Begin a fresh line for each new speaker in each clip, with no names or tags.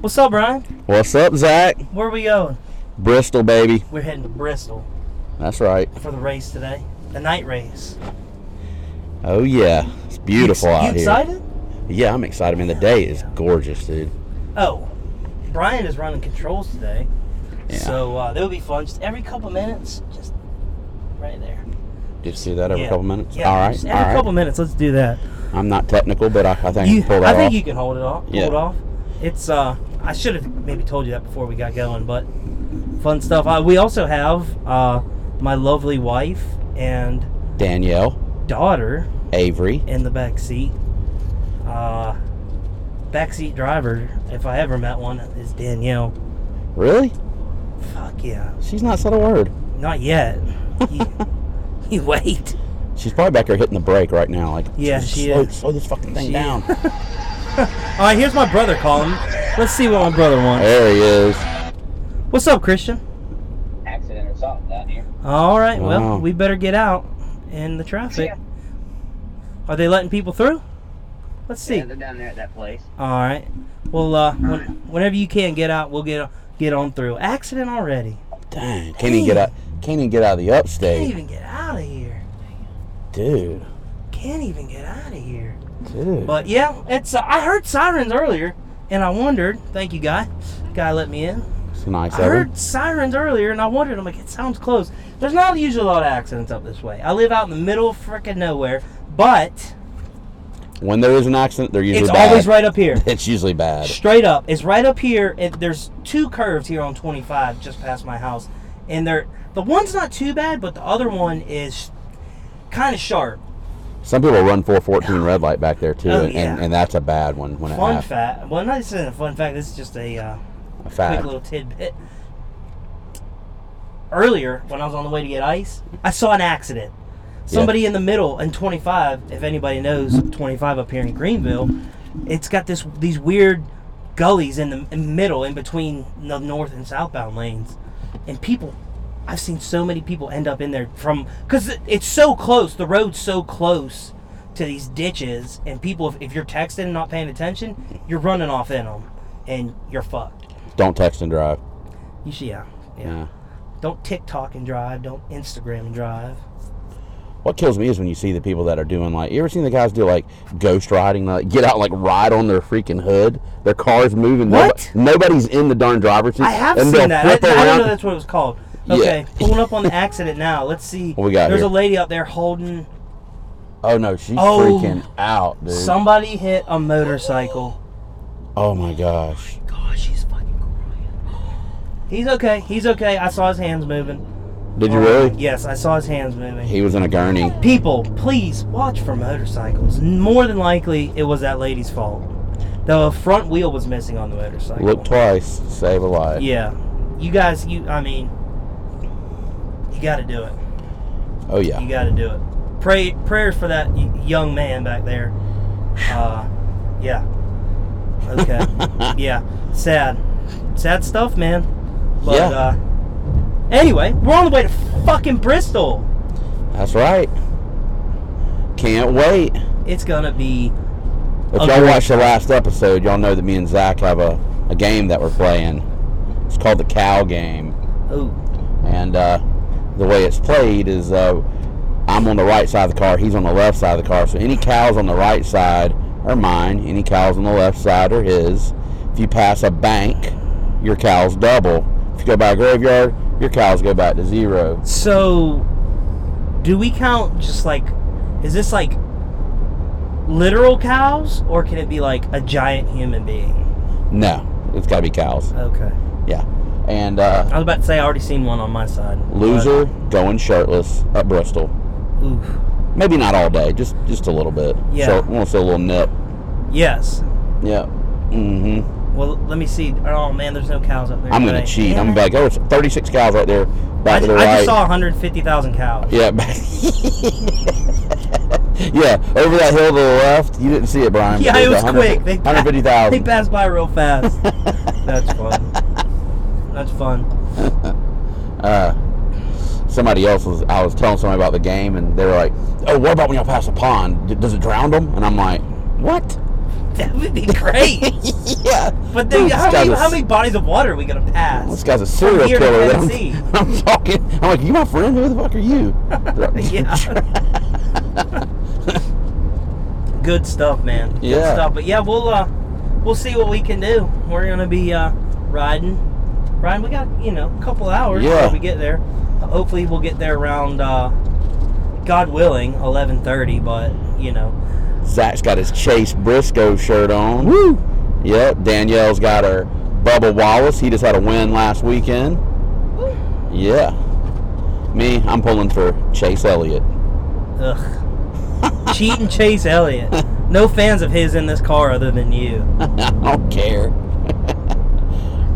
What's up, Brian?
What's up, Zach?
Where we going?
Bristol, baby.
We're heading to Bristol
That's right.
for the race today. The night race.
Oh yeah, it's beautiful
you,
out
you
here.
excited?
Yeah, I'm excited. Man, the day is gorgeous, dude.
Oh, Brian is running controls today.
Yeah.
So uh, that'll be fun. Just every couple minutes, just right there.
Did you see that every
Yeah.
couple minutes?
Yeah,
all right,
just
all
every
right.
couple minutes. Let's do that.
I'm not technical, but I, I think I
You,
can pull
I
that
think
off.
you can hold it off.
Yeah.
Hold off. It's uh, I should have maybe told you that before we got going, but fun stuff. Uh, we also have uh, my lovely wife and
Danielle,
daughter
Avery.
in the back seat. Uh, backseat driver, if I ever met one, is Danielle.
Really?
Fuck yeah.
She's not said a word.
Not yet. You, you wait.
She's probably back there hitting the brake right now. Like,
Yeah,
"Just
she
slow,
is.
Slow this fucking thing
She
down.
All right, here's my brother calling. Let's see what my brother wants.
there he is.
What's up, Christian?
accident or something down here.
All right,
Wow.
well, we better get out in the traffic.
Yeah.
Are they letting people through? Let's see.
Yeah, they're down there at that place.
All right. Well, uh, when, whenever you can get out, we'll get get on through. Accident already.
Dang, can't even get out. Can't even get out of the
Can't
upstate,
even get out of here.
dude.
Can't even get out of here.
Dude.
But yeah, it's. Uh, I heard sirens earlier, and I wondered. Thank you, guy. Guy let me in.
it's nice
I
of him.
heard sirens earlier, and I wondered. I'm like, it sounds close. There's not usually a lot of accidents up this way. I live out in the middle of frickin' nowhere, but
When there is an accident, they're usually
it's
bad.
always right up here.
It's usually bad.
Straight up, it's right up here. It, there's two curves here on 25, just past my house, and they're the one's not too bad, but the other one is kind of sharp.
Some people run 414 red light back there too,
Oh,
and, and,
yeah.
and that's a bad one when it
Fun
happens.
fact. Well, not this isn't a fun fact. This is just a. Uh,
A
quick
fact.
little tidbit. Earlier, when I was on the way to get ice, I saw an accident. Somebody in the middle in 25, if anybody knows 25 up here in Greenville, it's got this these weird gullies in the in middle in between the north and southbound lanes. And people I've seen so many people end up in there from cuz it's so close, the road's so close to these ditches and people if, if you're texting and not paying attention, you're running off in them and you're fucked.
Don't text and drive.
You should, yeah, yeah.
Yeah.
Don't TikTok and drive. Don't Instagram and drive.
What kills me is when you see the people that are doing like you ever seen the guys do like ghost riding, like get out and, like ride on their freaking hood. Their car's moving. nobo-
What?
nobody's in the darn driver's seat.
I have
and
seen
they'll
that. I, I
flip
don't know
around.
that's what it was called.
Yeah.
Okay, pulling up on the accident now. Let's see.
What we got
There's
here?
a lady out there holding.
Oh no, she's
Oh.
freaking out, dude.
Somebody hit a motorcycle.
oh my gosh.
Gosh, she's fucking crying.
He's okay. He's okay. I saw his hands moving.
Did you really?
Yes, I saw his hands moving.
He was in a gurney.
People, please watch for motorcycles. More than likely, it was that lady's fault. The front wheel was missing on the motorcycle.
Look twice, save a life.
Yeah, you guys. You, I mean, you got to do it.
Oh yeah.
You got to do it. Pray prayers for that y- young man back there. Uh, yeah. Okay. yeah. Sad. Sad stuff, man. But
Yeah.
uh anyway, we're on the way to fucking Bristol.
That's right. Can't wait.
It's gonna be
If
A
y'all
great
watched the last episode, y'all know that me and Zach have a, a game that we're playing. It's called the Cow Game.
oh
And uh, the way it's played is uh, I'm on the right side of the car, he's on the left side of the car. So any cows on the right side are mine, any cows on the left side are his. If you pass a bank, your cows double. If you go by a graveyard, your cows go back to zero.
so do we count just like is this like literal cows or can it be like a giant human being?
No, it's got to be cows.
Okay.
Yeah. And uh,
I was about to say I already seen one on my side. but-
loser going shirtless at Bristol.
Oof.
Maybe not all day, just just a little bit.
Yeah.
So I want to say a little nip.
Yes.
Yeah. Mm-hmm.
Well, let me see. Oh man, there's no cows up there.
I'm gonna
today.
cheat.
Damn
I'm
it.
back. Oh, it's 36 cows right there.
I,
Back to
ju-
the
I
right.
just saw 150,000 cows.
Yeah. back- yeah. Over that hill to the left. You didn't see it, Brian. but
Yeah,
there's
it was
100
quick. They-
150,000.
They passed by real fast. That's fun. That's fun.
uh, somebody else was. I was telling somebody about the game, and they were like, "Oh, what about when y'all pass a pond? D- Does it drown them?" And I'm like, "What?
That would be great.
yeah.
But then,
Dude,
how
this guy's
many,
a-
how many bodies of water are we gonna pass?
This guy's a serial
here to
killer. that
Tennessee.
I'm, I'm talking. I'm like, you my friend? Who the fuck are you?
yeah. Good stuff, man. Good
Yeah.
stuff. But yeah, we'll uh, we'll see what we can do. We're gonna be uh, riding, riding. We got you know a couple hours
Yeah.
before we get there. Uh, hopefully, we'll get there around, uh, God willing, eleven thirty. But you know,
Zach's got his Chase Briscoe shirt on. Woo! Yep. Danielle's got her Bubba Wallace. He just had a win last weekend. Yeah. Me, I'm pulling for Chase Elliott.
ugh, cheating Chase Elliott. No fans of his in this car other than you.
I don't care.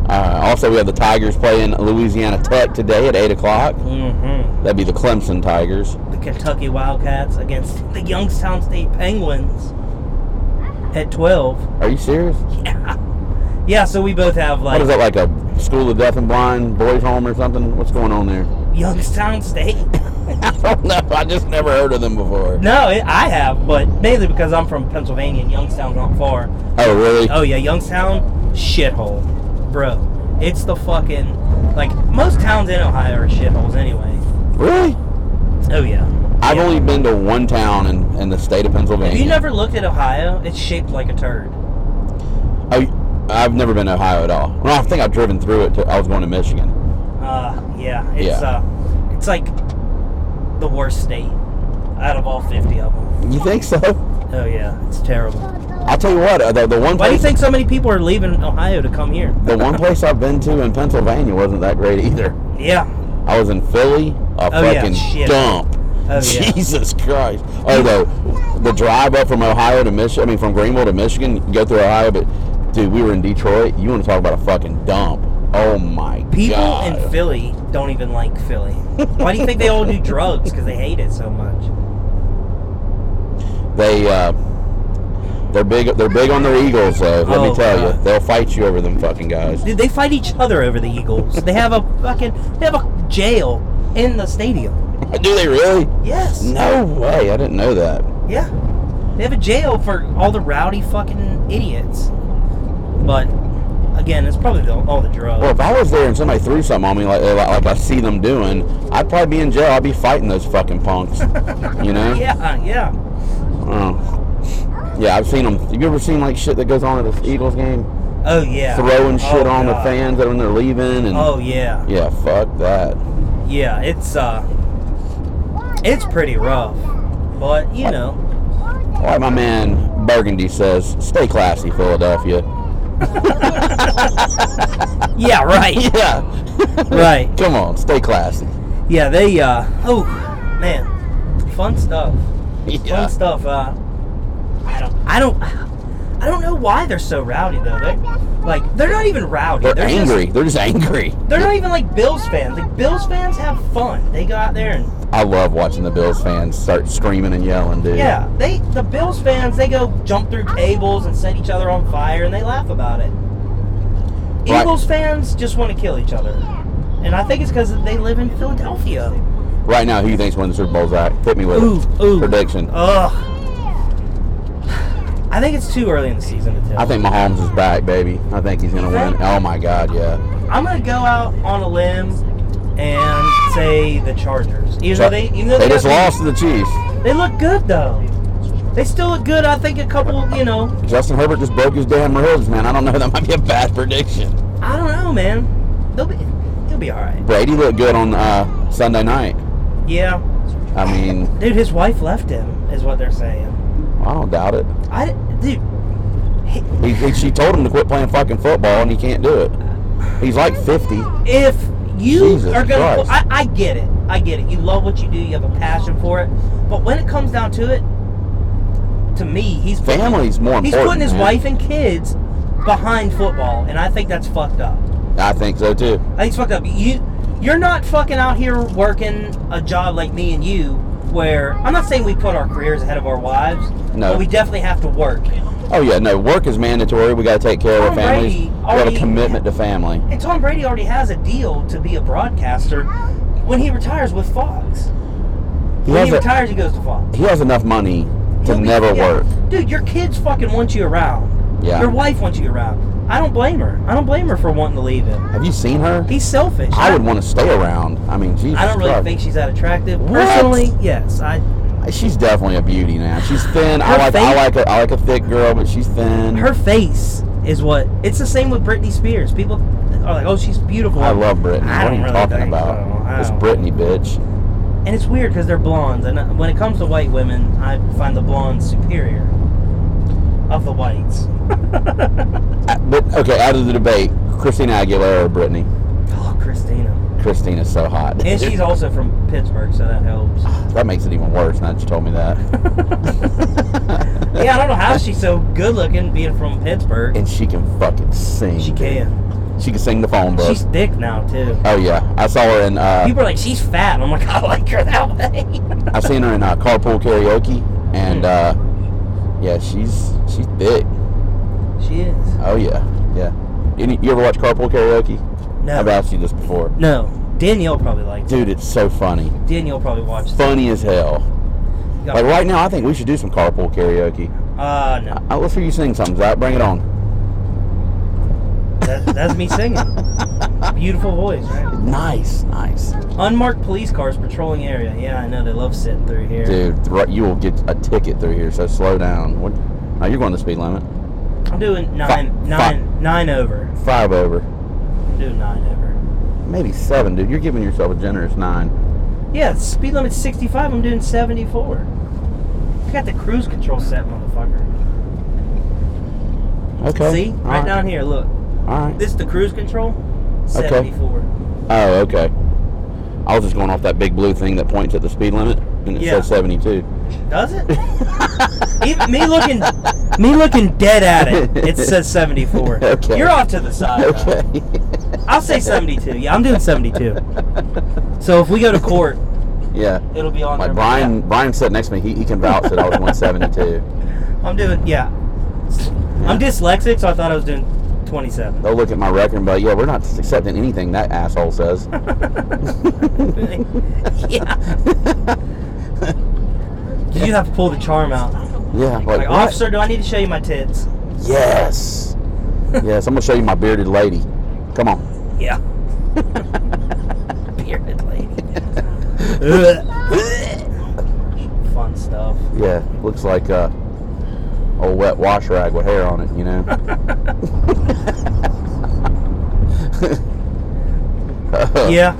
Uh, also, we have the Tigers playing Louisiana Tech today at 8 o'clock.
hmm
That'd be the Clemson Tigers.
the Kentucky Wildcats against the Youngstown State Penguins at 12.
Are you serious?
Yeah. Yeah, so we both have
What
like
is that, like a school of deaf and blind boys home or something? What's going on there?
Youngstown State.
I don't know. I just never heard of them before.
no, it, I have, but mainly because I'm from Pennsylvania and Youngstown's not far.
Oh, really?
Oh, yeah, Youngstown, shithole. Bro, it's the fucking. Like, most towns in Ohio are shitholes anyway.
Really?
Oh, yeah.
I've
Yeah.
only been to one town in, in the state of Pennsylvania.
Have you never looked at Ohio? It's shaped like a turd.
Oh, I've never been to Ohio at all. Well, I think I've driven through it. To, I was going to Michigan.
Uh, yeah, it's
Yeah.
uh, it's like the worst state out of all fifty of them.
You think so?
Oh yeah, it's terrible.
I'll tell you what. uh, The, the one
Why do you
place,
think so many people are leaving Ohio to come here?
the one place I've been to in Pennsylvania wasn't that great either.
Yeah.
I was in Philly, a
Oh, yeah,
fucking
shit.
dump.
Oh yeah.
Jesus Christ! Oh, the the drive up from Ohio to Michigan. I mean, from Greenville to Michigan, you go through Ohio, but dude, we were in Detroit. You want to talk about a fucking dump? Oh my
People
god!
in Philly don't even like Philly. Why do you think they all do drugs? Because they hate it so much.
They uh, they're big. They're big on their Eagles, though. Let
Oh,
me tell
God.
you, they'll fight you over them fucking guys.
Dude, they fight each other over the Eagles. They have a fucking they have a jail in the stadium.
Do they really?
Yes.
No way! I didn't know that.
Yeah. They have a jail for all the rowdy fucking idiots. But again, it's probably the, all the drugs.
Well, if I was there and somebody threw something on me like like, like I see them doing, I'd probably be in jail. I'd be fighting those fucking punks. you know?
yeah, uh, yeah.
Oh. Yeah, I've seen them. Have you ever seen like shit that goes on at the Eagles game?
Oh yeah.
Throwing shit
Oh,
on
God.
the fans when they're leaving and
Oh yeah.
yeah, fuck that.
Yeah, it's uh it's pretty rough. But, you know,
All right, my man Burgundy says, "Stay classy, Philadelphia."
yeah, right.
Yeah.
Right.
Come on, stay classy.
Yeah, they uh oh, man. Fun stuff.
Yeah.
Fun stuff. Uh I don't I don't I don't know why they're so rowdy though. They like they're not even rowdy.
They're,
just-
angry. they're just angry.
They're not even like Bills fans. Like Bills fans have fun. They go out there and
I love watching the Bills fans start screaming and yelling, dude.
yeah, they the Bills fans they go jump through tables and set each other on fire and they laugh about it.
Right.
Eagles fans just want to kill each other, and I think it's because they live in Philadelphia.
Right now, who you think's winning the Super Bowl, Zach? Hit me with it.
Ooh, ooh. Uh,
Prediction.
Ugh. I think it's too early in the season to tell.
I think Mahomes is back, baby. I think he's gonna
You think?
win. Oh my God, yeah.
I'm gonna go out on a limb and say the Chargers. Even though
So-
they even though
they just
got beat-
lost to the Chiefs.
They look good though. They still look good. I think a couple, you know,
Justin Herbert just broke his damn ribs, man. I don't know. That might be a bad prediction.
I don't know, man. They'll be, he'll be all right.
Brady looked good on uh, Sunday night.
Yeah,
I mean,
dude, his wife left him, is what they're saying.
I don't doubt it.
I, dude, he-
He, he, she told him to quit playing fucking football, and he can't do it. He's like 50.
if you
Jesus
are gonna,
Christ.
I, I get it, I get it. You love what you do, you have a passion for it. But when it comes down to it, to me, he's putting-
Family's more important.
he's putting his
man.
wife and kids behind football, and I think that's fucked up.
I think so too.
I think it's fucked up. You, you're not fucking out here working a job like me and you, where I'm not saying we put our careers ahead of our wives.
No.
But we definitely have to work.
Oh yeah, no. Work is mandatory. We got to take care of our
Tom
families.
Brady
we got
already-
a commitment to family.
And Tom Brady already has a deal to be a broadcaster when he retires with Fox.
He
when
has
he
a-
retires, he goes to Fox.
He has enough money.
He
to
Nobody-
never
yeah.
work.
Dude, your kids fucking want you around.
Yeah.
Your wife wants you around. I don't blame her. I don't blame her for wanting to leave him.
Have you seen her?
He's selfish.
I would want to stay around. I mean, Jesus
I don't really
Christ.
think she's that attractive.
What?
Personally, yes. I
She's definitely a beauty now. She's thin. I
Her
like I
face-
like a, I like a thick girl, but she's thin.
her face is what it's the same with Britney Spears. People are like, "Oh, she's beautiful."
I love Britney.
I
what are
don't
you
really
talking
think so. I
about? It's
don't-
Britney, bitch.
and it's weird because they're blondes. And uh, when it comes to white women, I find the blondes superior of the whites.
Uh, But okay, out of the debate, Christina Aguilera or Britney?
Oh, Christina,
Christina's so hot.
and she's also from Pittsburgh, so that helps.
that makes it even worse now that you told me that.
Yeah, I don't know how she's so good looking being from Pittsburgh.
And she can fucking sing.
She can.
She can sing the phone book.
She's thick now too.
oh yeah, I saw her in. Uh,
People are like, she's fat. and I'm like, I like her that way.
I seen her in uh, carpool karaoke, and uh, yeah, she's she's thick.
she is.
Oh yeah, yeah. Any, you ever watch carpool karaoke?
No.
I've asked you this before,
No. Danielle probably likes it.
dude. It's so funny,
Danielle probably watched it.
funny as hell.
Yeah.
Like right now, I think we should do some carpool karaoke.
Uh, no.
Uh, let's hear you sing something, Zach. Bring it on.
That, that's me singing. Beautiful voice, right?
Nice, nice,
Unmarked police cars patrolling area. Yeah, I know. They love sitting through here.
dude. th- Right, you will get a ticket through here. So slow down. What? Now you're going the speed limit.
I'm doing nine,
Fuck,
nine, nine over.
Five over,
I'm doing nine over.
maybe seven, dude. You're giving yourself a generous nine.
Yeah, the speed limit's 65. I'm doing 74. I got the cruise control set, motherfucker.
Okay.
See?
all
Right down here, look.
All right.
This is the cruise control. 74.
Oh, okay. I was just going off that big blue thing that points at the speed limit, and it
Yeah.
says 72.
Does it? Even me looking, me looking dead at it. It says seventy four.
Okay.
You're off to the side. though.
Okay.
I'll say seventy two. Yeah, I'm doing seventy two. So if we go to court,
yeah.
it'll be on.
Like
there.
Brian, Brian sat next to me. He, he can vouch that I was 172.
Yeah, I'm doing. Yeah. I'm dyslexic, so I thought I was doing twenty seven.
They'll look at my record and be like, "Yeah, we're not accepting anything that asshole says."
yeah. You have to pull the charm out.
Yeah. Like,
Like,
what?
officer, do I need to show you my tits?
Yes. yes. I'm gonna show you my bearded lady. Come on.
Yeah. Bearded lady. Ugh. Fun stuff.
Yeah. Looks like a old wet wash rag with hair on it. You know.
Yeah.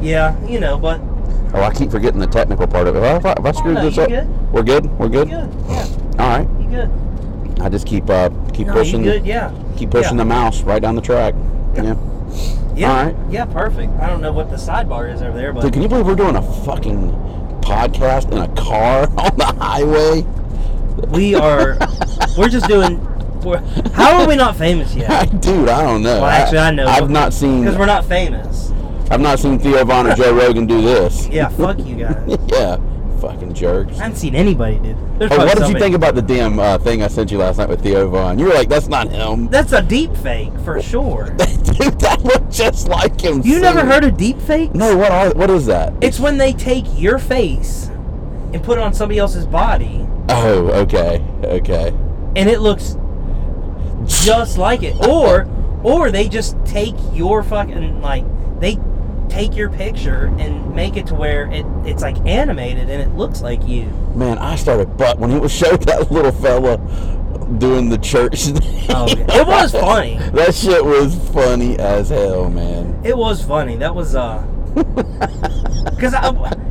Yeah, you know, but
Oh, I keep forgetting the technical part of it. Have I, have I screwed
no,
this
you
up?
good.
We're good. We're
you
good.
good. Yeah,
All right.
you good.
I just keep uh keep
No, you
pushing
good, yeah.
keep pushing
Yeah.
the mouse right down the track. Yeah.
Yeah.
All right.
Yeah, perfect. I don't know what the sidebar is over there, but
Dude, can you believe we're doing a fucking podcast in a car on the highway?
we are we're just doing we're, how are we not famous yet?
Dude, I don't know.
Well, actually, I know.
I've not seen.
Because we're not famous.
I've not seen Theo Von or Joe Rogan do this.
Yeah, fuck you guys.
yeah. Fucking jerks.
I haven't seen anybody, dude. There's probably
Hey, what did you
somebody-
think about the damn uh, thing I sent you last night with Theo Von? You were like, "That's not him."
That's a deep fake for sure.
Dude, that looked just like him.
You never
singing.
heard of deep fake?
No, what are what is that?
It's when they take your face and put it on somebody else's body,
Oh, okay, okay.
and it looks just like it. Or, or they just take your fucking like they take your picture and make it to where it it's like animated and it looks like you.
Man, I started butt when he was showed that little fella doing the church. thing.
Oh, yeah. It was funny.
that shit was funny as hell, man.
It was funny. That was uh, because I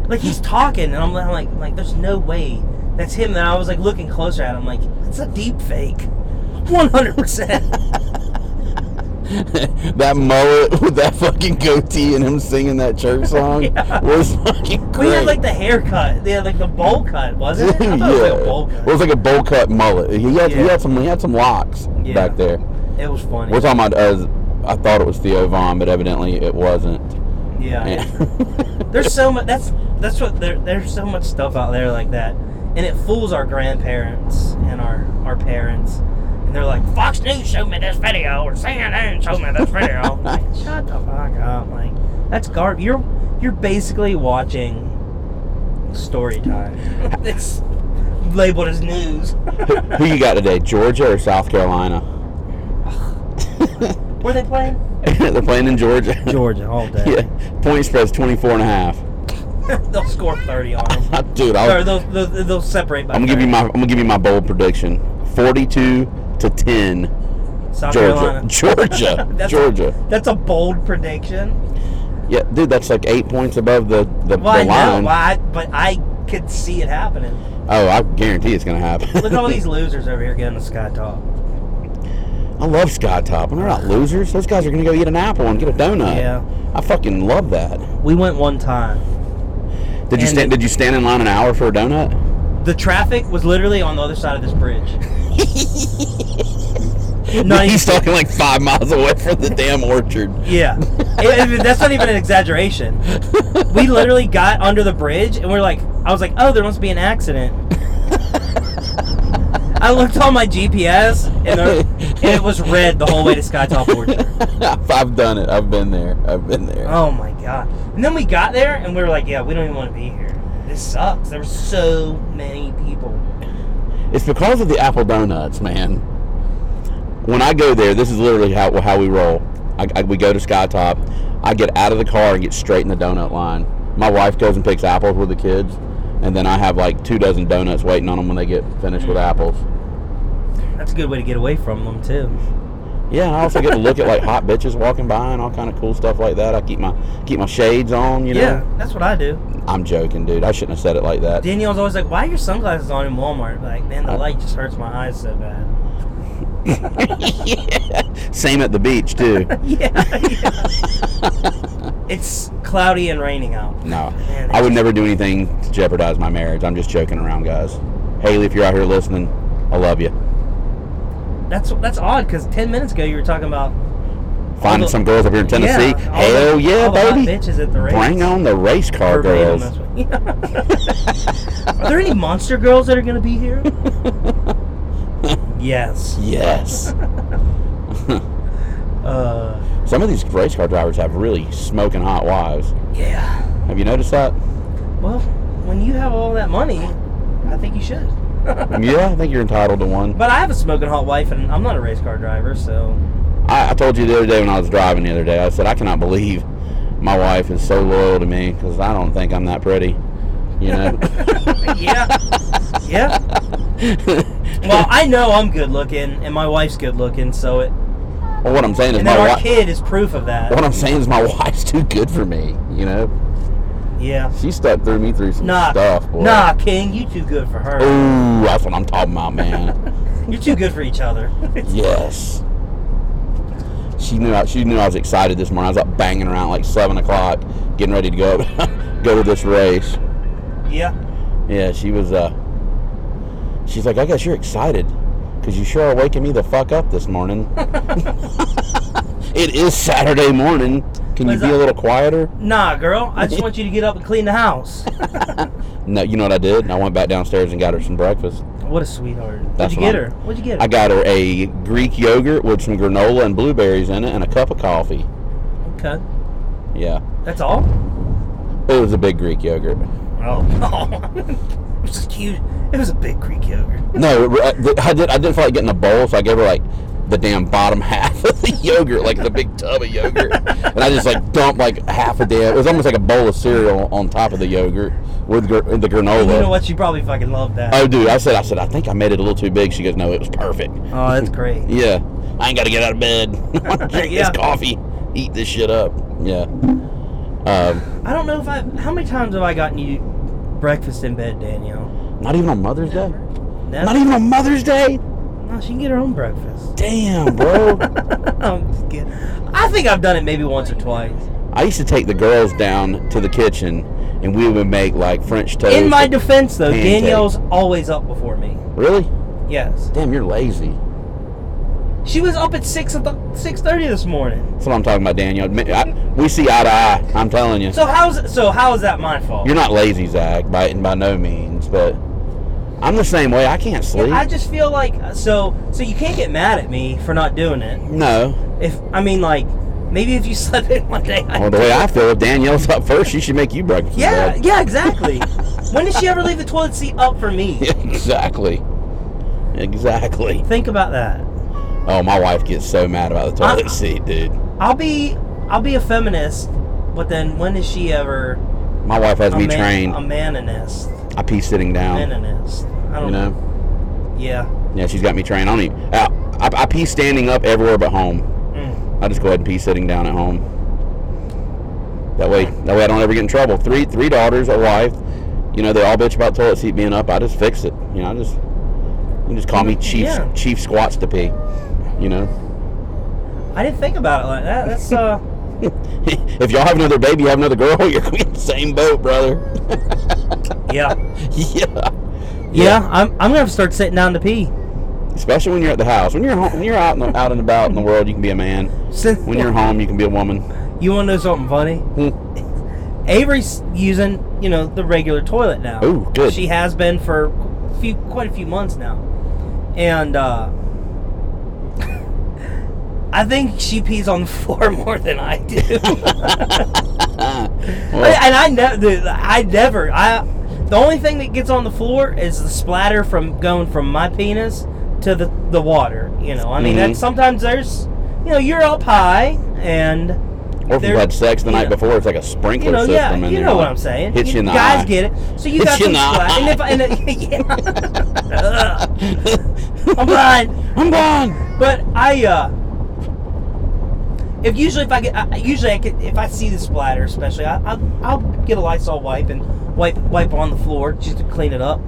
like he's talking and I'm like like there's no way that's him. Then I was like looking closer at him like it's a deep fake, one hundred percent.
that mullet with that fucking goatee and him singing that church song
Yeah.
was fucking great.
We had like the haircut. They had like the bowl cut, wasn't it?
yeah.
I thought it was like a bowl
It was
cut.
like a bowl cut mullet. He had, he
Yeah.
had some he had some locks
Yeah.
back there.
It was funny.
We're talking about uh, I thought it was Theo Von, but evidently it wasn't.
yeah.
Man.
There's so much. That's that's what there. There's so much stuff out there like that, and it fools our grandparents and our our parents. And they're like, Fox News showed me this video, or CNN showed me this video. I'm like, Shut the fuck up! Like that's garb. You're you're basically watching story time. it's labeled as news.
Who you got today, Georgia or South Carolina?
Were they playing?
They're playing in Georgia.
Georgia all day.
yeah. Point spread's 24 and a half.
they'll score 30 on them.
Dude,
Or
I'll,
they'll, they'll, they'll separate by
I'm gonna give you
30.
my I'm gonna give you my bold prediction. 42 to 10,
South
Georgia.
Carolina.
Georgia.
That's-
Georgia.
That's a bold prediction.
Yeah, dude, that's like eight points above the the,
Well,
the
I
line.
know, well, I, but I could see it happening.
Oh, I guarantee it's gonna happen.
Look at all these losers over here getting the sky top.
I love Sky Top, and they're not losers. Those guys are gonna go eat an apple and get a donut.
Yeah.
I fucking love that.
We went one time.
Did
And-
you stand? Did you stand in line an hour for a donut?
The traffic was literally on the other side of this bridge. Not even-
He's talking like five miles away from the damn orchard.
Yeah, I- I mean, that's not even an exaggeration. We literally got under the bridge and we're like, I was like, oh, there must be an accident. I looked on my GPS and, there, and it was red the whole way to Skytop Orchard.
I've done it. I've been there. I've been there.
Oh my god! And then we got there and we were like, yeah, we don't even want to be here. This sucks. There were so many people.
It's because of the apple donuts, man. When I go there, this is literally how how we roll. I, I, we go to Skytop. I get out of the car and get straight in the donut line. My wife goes and picks apples with the kids, and then I have like two dozen donuts waiting on them when they get finished with apples.
That's a good way to get away from them too.
Yeah, and I also get to look at like hot bitches walking by and all kind of cool stuff like that. I keep my keep my shades on, you know.
yeah, that's what I do.
I'm joking, dude. I shouldn't have said it like that.
Danielle's always like, "Why are your sunglasses on in Walmart?" Like, man, the
I-
light just hurts my eyes so bad.
Same at the beach too.
yeah, It's cloudy and raining out.
No,
Man,
I would never do anything to jeopardize my marriage. I'm just joking around, guys. Haley, if you're out here listening, I love you.
That's that's odd because ten minutes ago you were talking about
Finding
the-
some girls up here in Tennessee.
Yeah, all
Hell
the-
yeah,
all the hot
baby.
bitches at the race.
Bring on the race car
Verbatim,
girls.
that's what- are there any monster girls that are gonna be here? yes.
Yes.
Uh,
some of these race car drivers have really smoking hot wives.
yeah.
Have you noticed that?
Well, when you have all that money, I think you should.
yeah, I think you're entitled to one.
But I have a smoking hot wife, and I'm not a race car driver, so
I, I told you the other day when I was driving the other day, I said, I cannot believe my wife is so loyal to me because I don't think I'm that pretty. You know?
yeah, yeah. Well, I know I'm good looking, and my wife's good looking, so it.
Well, what I'm saying is
And
my
then our
wife.
kid is proof of that.
What I'm saying is my wife's too good for me. You know,
Yeah.
she stuck through me through some
Nah,
stuff. Boy. Oh.
nah, King, you too good for her.
Ooh, that's what I'm talking about, man.
You're too good for each other.
yes. She knew. I, she knew I was excited this morning. I was up banging around like seven o'clock, getting ready to go go to this race.
yeah.
Yeah, she was. uh She's like, I guess you're excited, cause you sure are waking me the fuck up this morning. it is Saturday morning. Can you
Was
be
I-
a little quieter?
Nah, girl, I just want you to get up and clean the house.
No, you know what I did? I went back downstairs and got her some breakfast.
What a sweetheart.
That's
What'd you
what
get her?
I'm-
What'd you get her?
I got her a Greek yogurt with some granola and blueberries in it and a cup of coffee.
okay.
Yeah.
That's all?
It was a big Greek yogurt.
Oh. it was just cute. It was a big Greek yogurt.
No, it- I did- I did. I didn't feel like getting a bowl, so I gave her like the damn bottom half of the yogurt, like the big tub of yogurt, and I just like dumped like half a damn. It was almost like a bowl of cereal on top of the yogurt with gr- the granola.
You know what? She probably fucking loved that.
Oh, dude! I said, I said, I think I made it a little too big. She goes, No, it was perfect.
Oh, that's great.
Yeah, I ain't got to get out of bed. Drink
Yeah.
this coffee, eat this shit up. Yeah. Um,
I don't know if I. How many times have I gotten you breakfast in bed, Danielle?
not even on Mother's Day.
Never?
Not even on Mother's Day.
No, she can get her own breakfast.
Damn, bro.
I'm just kidding. I think I've done it maybe once or twice.
I used to take the girls down to the kitchen, and we would make like French toast.
In my defense, though,
Pancake.
Danielle's always up before me.
really?
Yes,
Damn, you're lazy.
she was up at six six thirty this morning.
That's what I'm talking about, Daniel. Ma- I- we see eye to eye. I'm telling you,
So how's so how is that my fault?
you're not lazy, Zach, by by no means. But I'm the same way. I can't sleep.
I just feel like uh, so so you can't get mad at me for not doing it.
no.
If I mean like maybe if you slept in one day. I
Well, the way I feel, if Danielle's up first, she should make you breakfast.
yeah
bud.
yeah exactly. When did she ever leave the toilet seat up for me?
exactly. Exactly.
Think about that.
Oh, my wife gets so mad about the toilet
Uh,
seat, dude.
I'll be I'll be a feminist, but then when is she ever
My wife has
a,
me
Oh, man,
trained.
a manonist?
I pee sitting down.
Manonist. I don't
You
know.
know?
Yeah.
Yeah, she's got me trained. I don't even. I, I, I pee standing up everywhere but home.
Mm.
I just go ahead and pee sitting down at home. That way, that way I don't ever get in trouble. Three, three daughters, a wife. You know, they all bitch about toilet seat being up. I just fix it. You know, I just. You just call me chief,
Yeah.
chief squats to pee. You know.
I didn't think about it like that. That's uh
if y'all have another baby, you have another girl, you're in the same boat, brother.
yeah.
yeah.
Yeah, I'm I'm gonna start sitting down to pee.
Especially when you're at the house. When you're home, when you're out and out and about in the world, you can be a man.
Since
When you're home, you can be a woman.
you wanna know something funny?
Hmm.
Avery's using, you know, the regular toilet now.
Ooh, good.
She has been for a few, quite a few months now, and uh, I think she pees on the floor more than I do.
Well,
and I never, I never, I. The only thing that gets on the floor is the splatter from going from my penis to the the water. You know, I mean,
Mhm.
that sometimes there's, you know, you're up high and.
or if you
there-
had sex the
you
night
know-
before, it's like a sprinkler
you know,
system
yeah,
in there.
you know what
like,
I'm saying.
Hits you, in the
guys
eye.
get it. So you
Hits
got
you
some
in the
splat. And if,
eye.
and yeah. I'm blind.
I'm gone.
But I, uh, if usually if I get, I, usually I could, if I see the splatter, especially, I, I, I'll get a Lysol wipe and wipe wipe on the floor just to clean it up.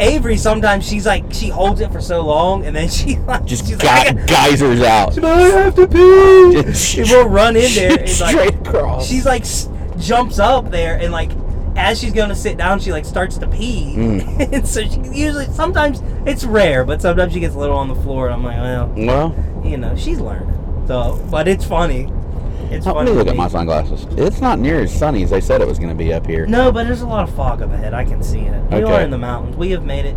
Avery, sometimes she's like, she holds it for so long, and then she like,
Just
she's
got
like,
geysers out.
I have to pee.
Just
and we'll run in there. And like,
straight across.
she's like s- jumps up there and like as she's going to sit down she like starts to pee
Mm.
and so she usually sometimes it's rare but sometimes she gets a little on the floor and i'm like well
well,
you know she's learning so but it's funny it's
let
funny
me
to
look at
me.
my sunglasses. It's not near as sunny as they said it was going to be up here.
no but there's a lot of fog up ahead i can see it we are
Okay.
in the mountains we have made it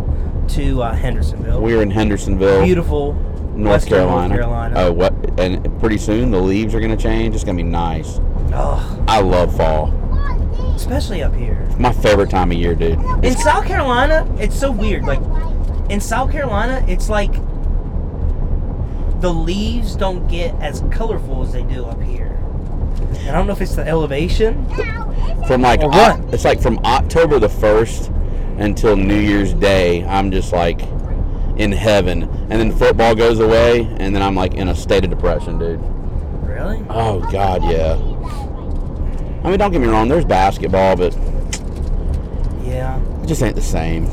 to uh, hendersonville
We're in Hendersonville.
beautiful
North
western
Carolina.
north carolina
Oh, what? And pretty soon the leaves are gonna change. It's gonna be nice.
Ugh,
I love fall.
especially up here
My favorite time of year, dude.
in south carolina it's so weird like in South Carolina, it's like the leaves don't get as colorful as they do up here. And I don't know if it's the elevation.
From like
Or
Oc-
what?
it's like from October the first until New Year's Day. I'm just like in heaven, and then football goes away, and then I'm like in a state of depression, dude.
Really?
Oh God, yeah. I mean, don't get me wrong. There's basketball, but
Yeah.
it just ain't the same.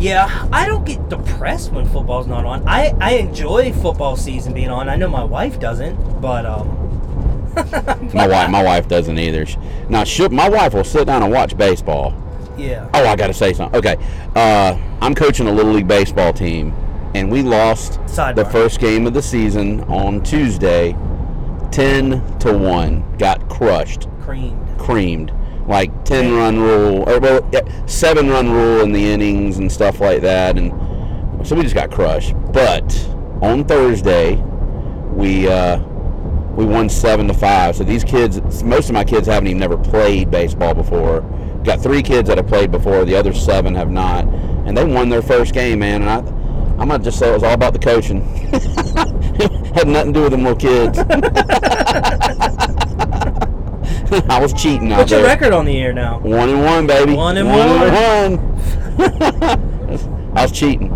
Yeah, I don't get depressed when football's not on. I, I enjoy football season being on. I know my wife doesn't, but um
My wife, my wife doesn't either. She- Now, she, my wife will sit down and watch baseball.
yeah.
Oh, I got to say something. Okay. Uh, I'm coaching a Little League Baseball team, and we lost the
Sidebar.
first game of the season on Tuesday 10 to 1. Got crushed,
Creamed.
creamed. Like 10 run rule, or well, yeah, 7 run rule in the innings and stuff like that. And so we just got crushed. But on Thursday, we. Uh, we won seven to five. So these kids, most of my kids haven't even never played baseball before. Got three kids that have played before. The other seven have not, and they won their first game, man. And I, I'm gonna just say it was all about the coaching. had nothing to do with them little kids. I was cheating out
What's your
there.
record on the air now?
One and one, baby.
One and
one. I was cheating.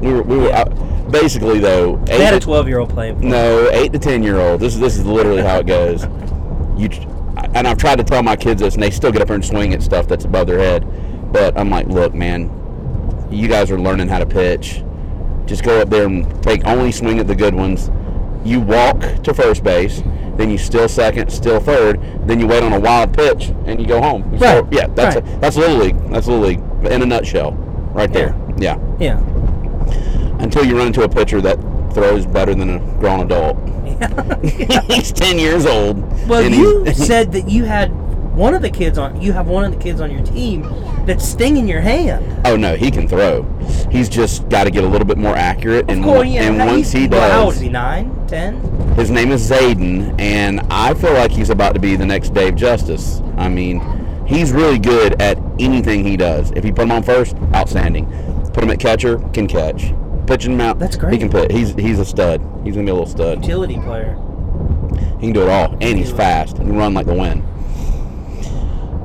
We were, we were I, basically though.
They had
eight-
a twelve year old playing.
no, eight to ten year old. This is this is literally how it goes. You and I've tried to tell my kids this, and they still get up there and swing at stuff that's above their head. But I'm like, look, man, you guys are learning how to pitch. Just go up there and take only swing at the good ones. You walk to first base, then you steal second, steal third, then you wait on a wild pitch, and you go home. You
Right,
score- yeah, that's
right.
that's little league. That's little league in a nutshell, right there. Yeah.
Yeah.
Until you run into a pitcher that throws better than a grown adult he's 10 years old.
Well,
and
you
he's-
said that you had one of the kids on. You have one of the kids on your team that's stinging your hand.
Oh, no, he can throw. He's just got to get a little bit more accurate. And,
Cool,
one-
yeah,
and
how-
once
he's-
he
well, How old is
does,
he? Nine, ten?
his name is Zayden, and I feel like he's about to be the next Dave Justice. I mean, He's really good at anything he does. If you put him on first, outstanding. Put him at catcher, can catch. Pitching him out,
That's
He
great.
can put. He's he's a stud. He's gonna be a little stud.
Utility player.
He can do it all, and he's fast. He can run like the wind.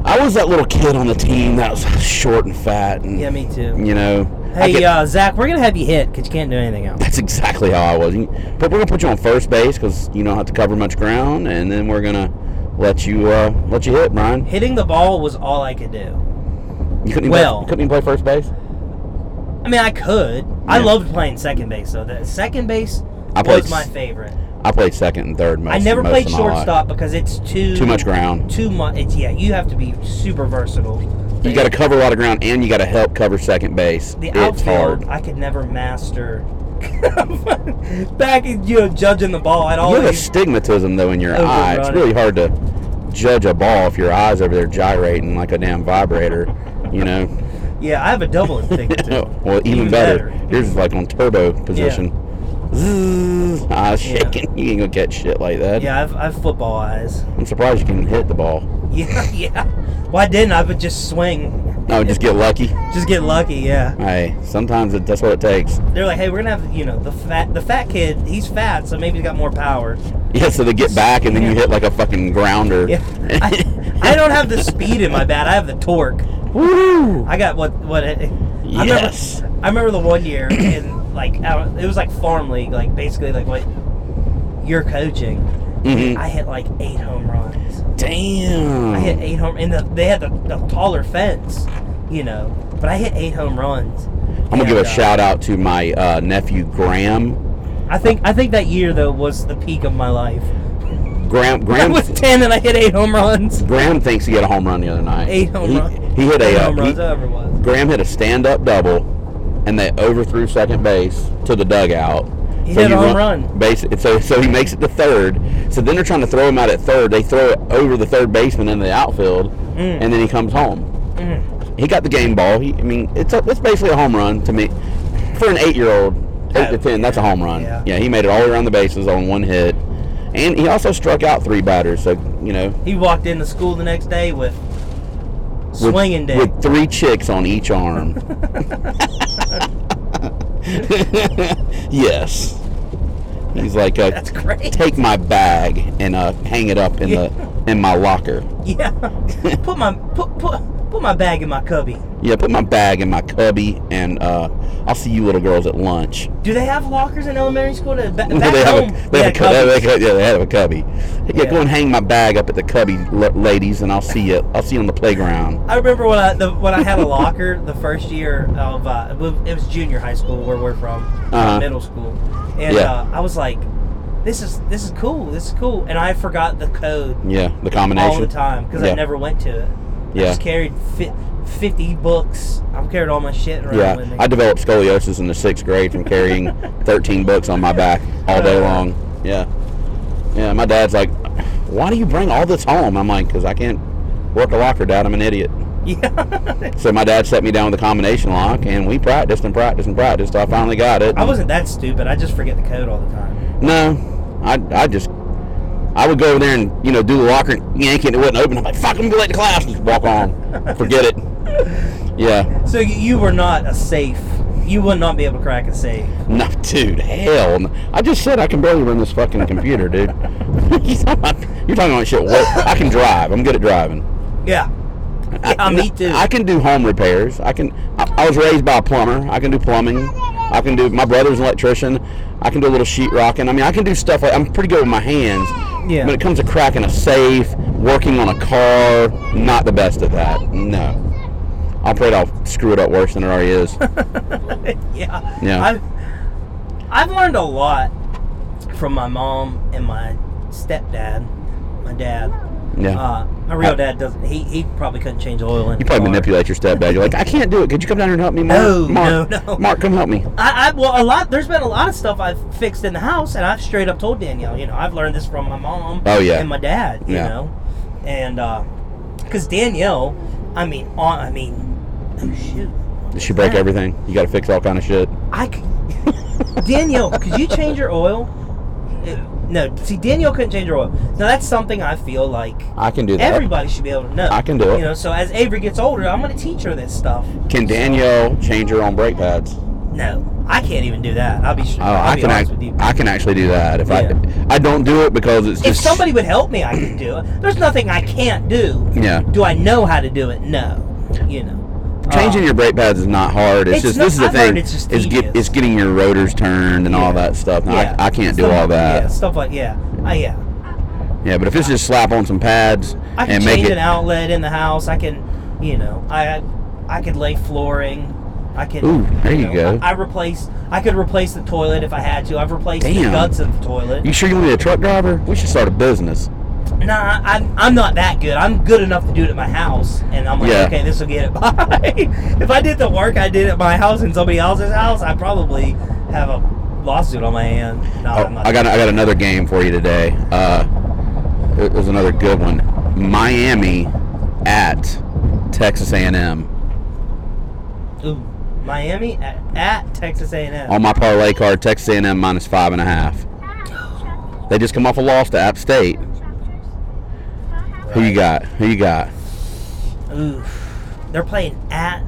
I was that little kid on the team that was short and fat, and
Yeah, me too.
you know, I
Hey,
could-
uh, Zach, we're gonna have you hit because you can't do anything else.
that's exactly how I was. You- But we're gonna put you on first base because you don't have to cover much ground, and then we're gonna let you uh, let you hit, Brian.
Hitting the ball was all I could do.
You couldn't even play,
Well-
you couldn't even play first base.
I mean, I could. I
Yeah.
loved playing second base though. That second base
I played
was my
s-
favorite.
I played second and third most.
I never
most
played
of my life.
shortstop because it's too
Too much ground.
Too much. It's yeah. You have to be super versatile.
You got to cover a lot of ground, and you got to help cover second base.
the
it's
outfield.
hard.
I could never master. Back in you know judging the ball, I'd
You have
always
astigmatism though in your eye. It's
Overrun it.
really hard to judge a ball if your eyes over there gyrating like a damn vibrator. You know.
yeah. I have a double instinct.
well, even,
Even
better.
better.
Yours is like on turbo position. Zzz, eyes
Yeah.
shaking. You ain't gonna catch shit like that.
yeah, I've I've football eyes.
I'm surprised you can hit the ball.
Yeah, yeah. Why didn't I? But just swing,
No, just get lucky.
just get lucky. Yeah.
Hey, sometimes it, that's what it takes.
They're like, hey, we're gonna have you know the fat the fat kid. He's fat, so maybe he's got more power.
Yeah, so they get back and then you hit like a fucking grounder.
Yeah. I, I don't have the speed in my bat. I have the torque.
Woo!
I got what what. It,
Yes.
I remember, I remember the one year in like out, it was like farm league, like basically like what you're coaching.
Mhm.
I hit like eight home runs.
Damn.
Mm-hmm. I hit eight home, and the, they had the, the taller fence, you know. But I hit eight home runs.
I'm gonna give a
And, uh,
shout out to my uh, nephew Graham.
I think I think that year though was the peak of my life.
Graham.
I
Graham.
was ten and I hit eight home runs.
Graham thinks he hit a home run the other night.
Eight home
he,
runs.
He hit a
Eight
uh,
home
he-
runs. I ever was.
Graham hit a stand-up double, and they overthrew second base to the dugout.
He hit a
you
home run.
Base, so so he makes it to third. So then they're trying to throw him out at third. They throw it over the third baseman into the outfield,
Mm.
and then he comes home.
Mm.
He got the game ball. He, I mean, it's a, it's basically a home run to me for an eight-year-old, eight to
Oh,
ten. That's a home run.
yeah.
yeah, he made it all around the bases on one hit, and he also struck out three batters. So you know,
He walked into school the next day with swinging dick.
with three chicks on each arm. yes. He's like, uh,
That's great.
take my bag and uh, hang it up in the in my locker.
Yeah. put my put, put put my bag in my cubby.
Yeah, put my bag in my cubby, and uh, I'll see you little girls at lunch.
Do they have lockers in elementary school? To, ba- back
they have
home,
a they have a,
they
cub-
had cubbies.
they have a cub- yeah, they have a cubby. Yeah, go
Yeah.
and hang my bag up at the cubby, l- ladies, and I'll see you. I'll see you on the playground.
I remember when I the, when I had a locker the first year of uh, it was- it was junior high school where we're from, uh,
Uh-huh.
middle school, and
Yeah.
uh, I was like, "This is this is cool, this is cool," and I forgot the code
Yeah, the combination.
all the time because
Yeah.
I never went to it.
Yeah.
I just carried fi- fifty books. I carried all my shit around.
Yeah,
with me.
I developed scoliosis in the sixth grade from carrying 13 books on my back all day long. Yeah. Yeah, my dad's like, why do you bring all this home? I'm like, because I can't work a locker, Dad. I'm an idiot.
yeah.
So my dad set me down with a combination lock, and we practiced and practiced and practiced. till I finally got it.
I wasn't that stupid. I just forget the code all the time.
No, I, I just, I would go over there and, you know, do the locker and yank it and it wouldn't open. I'm like, fuck, I'm going to late to class. Just walk on. Forget it. Yeah.
So you, you were not a safe. You would not be able to crack a safe.
No, dude, hell. no. I just said I can barely run this fucking computer, dude. You're talking about- you're talking about shit. What? I can drive. I'm good at driving.
Yeah.
I-
Yeah, me too.
I can do home repairs. I can. I, I was raised by a plumber. I can do plumbing. I can do. My brother's an electrician. I can do a little sheet rocking. I mean, I can do stuff like. I'm pretty good with my hands.
Yeah.
When it comes to cracking a safe, working on a car, not the best at that. No. I'm afraid I'll screw it up worse than it already is.
yeah.
Yeah.
I've, I've learned a lot from my mom and my stepdad. My dad.
Yeah.
Uh, my real dad doesn't. He, he probably couldn't change oil in.
You
the
probably
car.
manipulate your stepdad. You're like, I can't do it. Could you come down here and help me, Mark?
No,
Mark,
no, no.
Mark, come help me.
I, I well a lot. There's been a lot of stuff I've fixed in the house, and I've straight up told Danielle. You know, I've learned this from my mom.
Oh, yeah.
And my dad. You
Yeah.
know, and uh, because Danielle, I mean, on, I mean, oh shoot.
Did she break everything? You got to fix all kind of shit.
I c- Danielle, could you change your oil? It- Eh, No, see, Danielle couldn't change her oil. Now that's something I feel like
I can do that.
everybody should be able to know.
I can do it.
You know, so as Avery gets older, I'm going to teach her this stuff.
Can Danielle change her own brake pads?
No, I can't even do that. I'll be sure.
Oh,
I'll
I
be
can.
honest
act-
with you.
I can actually do that. If
Yeah.
I, I don't do it because it's
if
just
somebody would help me, I could do it. There's nothing I can't do.
Yeah.
Do I know how to do it? No. You know.
Changing
Uh,
your brake pads is not hard.
It's
It's, just
not-
this is the
I've
thing.
heard it's just
get,
tedious.
it's getting your rotors turned and all
Yeah.
that stuff. Now,
yeah.
I, I can't do
Uh, Stuff
all
like- Yeah,
that.
stuff like yeah, uh, yeah.
Yeah. but if it's just slap on some pads
I can
and make
change
it,
an outlet in the house. I can, you know, I I could lay flooring. I can.
Ooh, there you
know,
go.
I, I replace. I could replace the toilet if I had to. I've replaced the
Damn.
guts of the toilet.
you sure you want to be a truck driver? We should start a business.
Nah, I'm, I'm not that good. I'm good enough to do it at my house, and I'm like,
Yeah.
okay, this will get it by. if I did the work I did at my house and somebody else's house, I probably have a lawsuit on my hand. No,
Oh,
I'm not.
I got I got another game for you today. Uh, it was another good one. Miami at Texas A&M
Ooh, Miami at, at Texas A&M.
on my parlay card. Texas A&M minus five and a half. They just come off a loss to App State. Who you got? Who you got? Um,
Ooh, they're playing at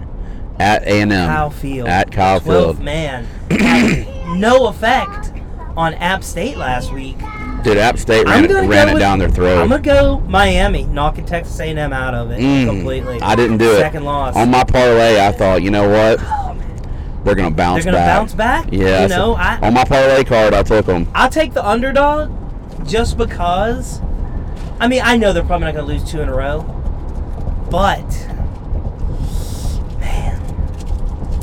At A&M.
Kyle Field.
Um, At Kyle
12th
Field.
man. Had no effect on App State last week.
Dude, App State
I'm
ran, it,
gonna
ran
go
it
with-
down their throat.
I'm gonna go Miami, knocking Texas A&M out of it
Mm,
completely.
I didn't do it.
Second loss.
On my parlay, I thought, you know what? They're gonna bounce
Oh, They're gonna
back.
bounce back?
Yeah.
You
so-
know, I-
on my parlay card, I took them.
I'll take the underdog just because. I mean, I know they're probably not going to lose two in a row, but man,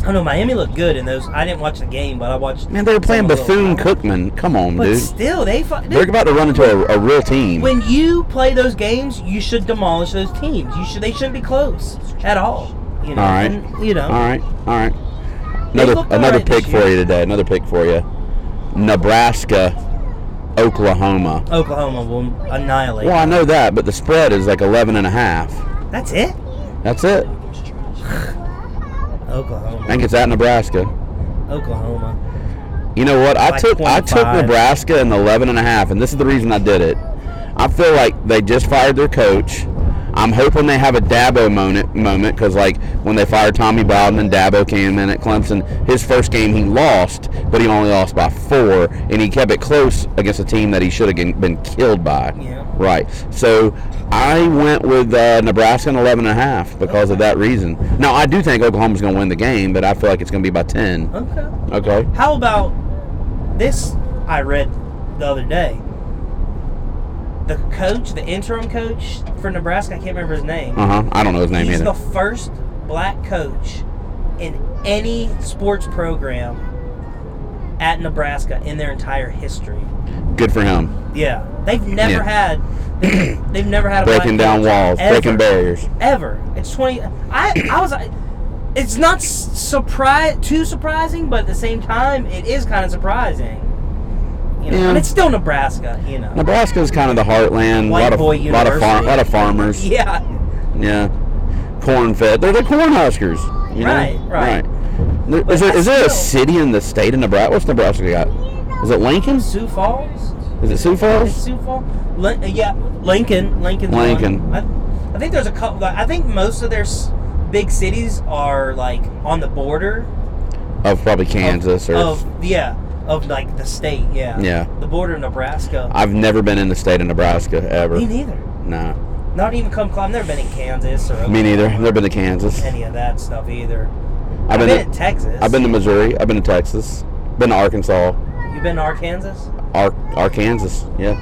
I don't know. Miami looked good in those. I didn't watch the game, but I watched.
Man, they were playing
some of the-
Bethune Cookman. Come on,
But
dude.
still, they. fu-
They're
Dude,
about to run into a, a real team.
when you play those games, you should demolish those teams. You should. They shouldn't be close at all. You know.
All right.
And, you know.
all right, all right. Another
looked all
another
right
pick
this
for
year.
you today. Another pick for you. Nebraska, Oklahoma.
Oklahoma will annihilate.
Well, I know that, but the spread is like 11 and a half.
That's it.
That's it. I
Oklahoma.
think it's at Nebraska.
Oklahoma.
You know what? I
Like
took I took
25.
Nebraska in the 11 and a half, and this is the reason I did it. I feel like they just fired their coach. I'm hoping they have a Dabo moment moment because like when they fired Tommy Bowden and Dabo came in at Clemson, his first game he lost, but he only lost by four, and he kept it close against a team that he should have been killed by.
Yeah.
Right. So I went with uh, Nebraska in 11 and a half because of that reason. Now I do think Oklahoma's going to win the game, but I feel like it's going to be by 10.
Okay.
Okay.
How about this? I read the other day. The coach, the interim coach for Nebraska, I can't remember his name.
Uh huh. I don't know his name
He's
either.
the first black coach in any sports program at Nebraska in their entire history.
Good for him.
Yeah, they've never
Yeah.
had. They've, they've never had a black
Breaking down
coach
walls,
ever
breaking barriers.
ever. It's twenty. I I was. I- It's not surprise too surprising, but at the same time, it is kind of surprising. You know,
Yeah.
and it's still Nebraska. You know.
Nebraska's kind of the heartland.
White
lot of,
boy
lot of, far,
university.
lot of farmers. Yeah.
Yeah.
Corn fed. They're the corn huskers. you know?
Right, right.
Right. There-
But
Is, there, is there a
still-
city in the state of Nebraska? What's Nebraska got? Is it Lincoln?
Sioux Falls.
Is it Sioux
Is
Falls?
Sioux Falls. Lin- uh, yeah, Lincoln. Lincoln's one.
Lincoln.
I, I think there's a couple. I think most of their s- big cities are like on the border.
Of probably
of-
Kansas or.
Of yeah, of like the state. Yeah.
Yeah.
The border of Nebraska.
I've never been in the state of Nebraska ever.
Me neither.
Nah.
Not even come close. I've never been in Kansas or
Me neither.
Oklahoma.
Never been to Kansas.
any of that stuff either.
I've
I've
been.
been, in
to,
Texas.
I've been to Missouri. I've been to Texas. Been to Arkansas.
You've been to Arkansas?
Ar- Arkansas. Yeah.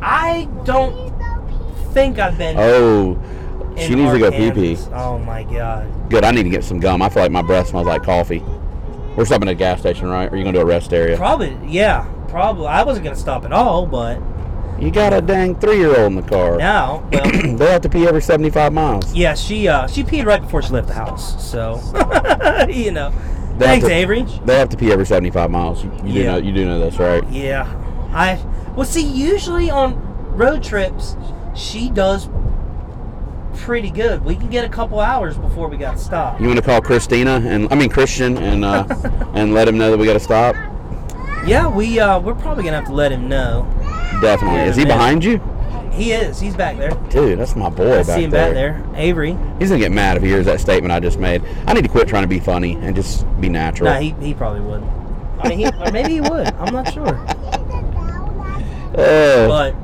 I don't think I've been.
Oh,
in
she needs to go pee pee.
Arkansas. Oh my god.
Good, I need to get some gum. I feel like my breath smells like coffee. We're stopping at a gas station, right? Or you gonna do a rest area?
Probably. Yeah. Probably. I wasn't gonna stop at all, but
You got a dang three year old in the car.
now, well,
they have to pee every 75 miles.
yeah. She uh she peed right before she left the house, so you know.
They have
Thanks,
to-
Avery.
They have to pee every 75 miles. You, you do
Yeah.
know, you do know this, right?
Yeah. I well see usually on road trips she does pretty good. We can get a couple hours before we got stopped.
You want to call Christina and I mean Christian and uh, and let him know that we got to stop.
Yeah, we uh we're probably gonna have to let him know.
Definitely.
Yeah,
Is he
man.
behind you?
He is. He's back there.
Dude, that's my boy
I
back
see him
there.
back there. Avery.
He's gonna get mad if he hears that statement I just made. I need to quit trying to be funny and just be natural.
Nah, he, he probably would. I mean, he, or maybe he would. I'm not sure.
Ugh.
But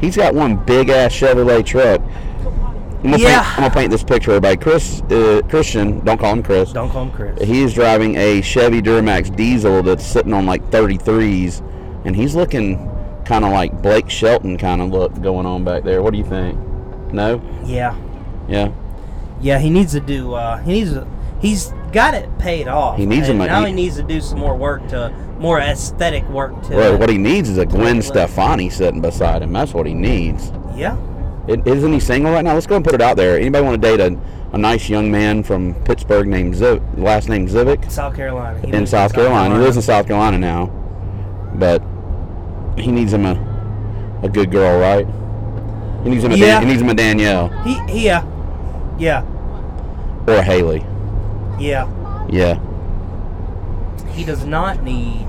He's got one big ass Chevrolet truck. I'm gonna,
Yeah.
paint, I'm gonna paint this picture, everybody. Chris, uh, Christian, don't call him Chris.
don't call him Chris.
He is driving a Chevy Duramax diesel that's sitting on like 33s, and he's looking kind of like Blake Shelton kind of look going on back there. What do you think? No?
Yeah,
Yeah.
yeah. He needs to do. Uh, he needs. To, he's got it paid off.
He needs
and
him a-
now. He,
he-
needs to do some more work to more aesthetic work to.
Well,
it.
what he needs is a Gwen
Blake.
Stefani sitting beside him. That's what he needs.
yeah.
It, isn't he single right now? Let's go and put it out there. Anybody want to date a, a nice young man from Pittsburgh named Ziv, last name Zivic?
South Carolina. He lives
in South Carolina. He lives in South Carolina now, but he needs him a, a good girl, right? He needs him a Dan-
Yeah.
he needs him a Danielle
He, he- yeah, yeah,
or a Haley.
yeah.
Yeah,
He does not need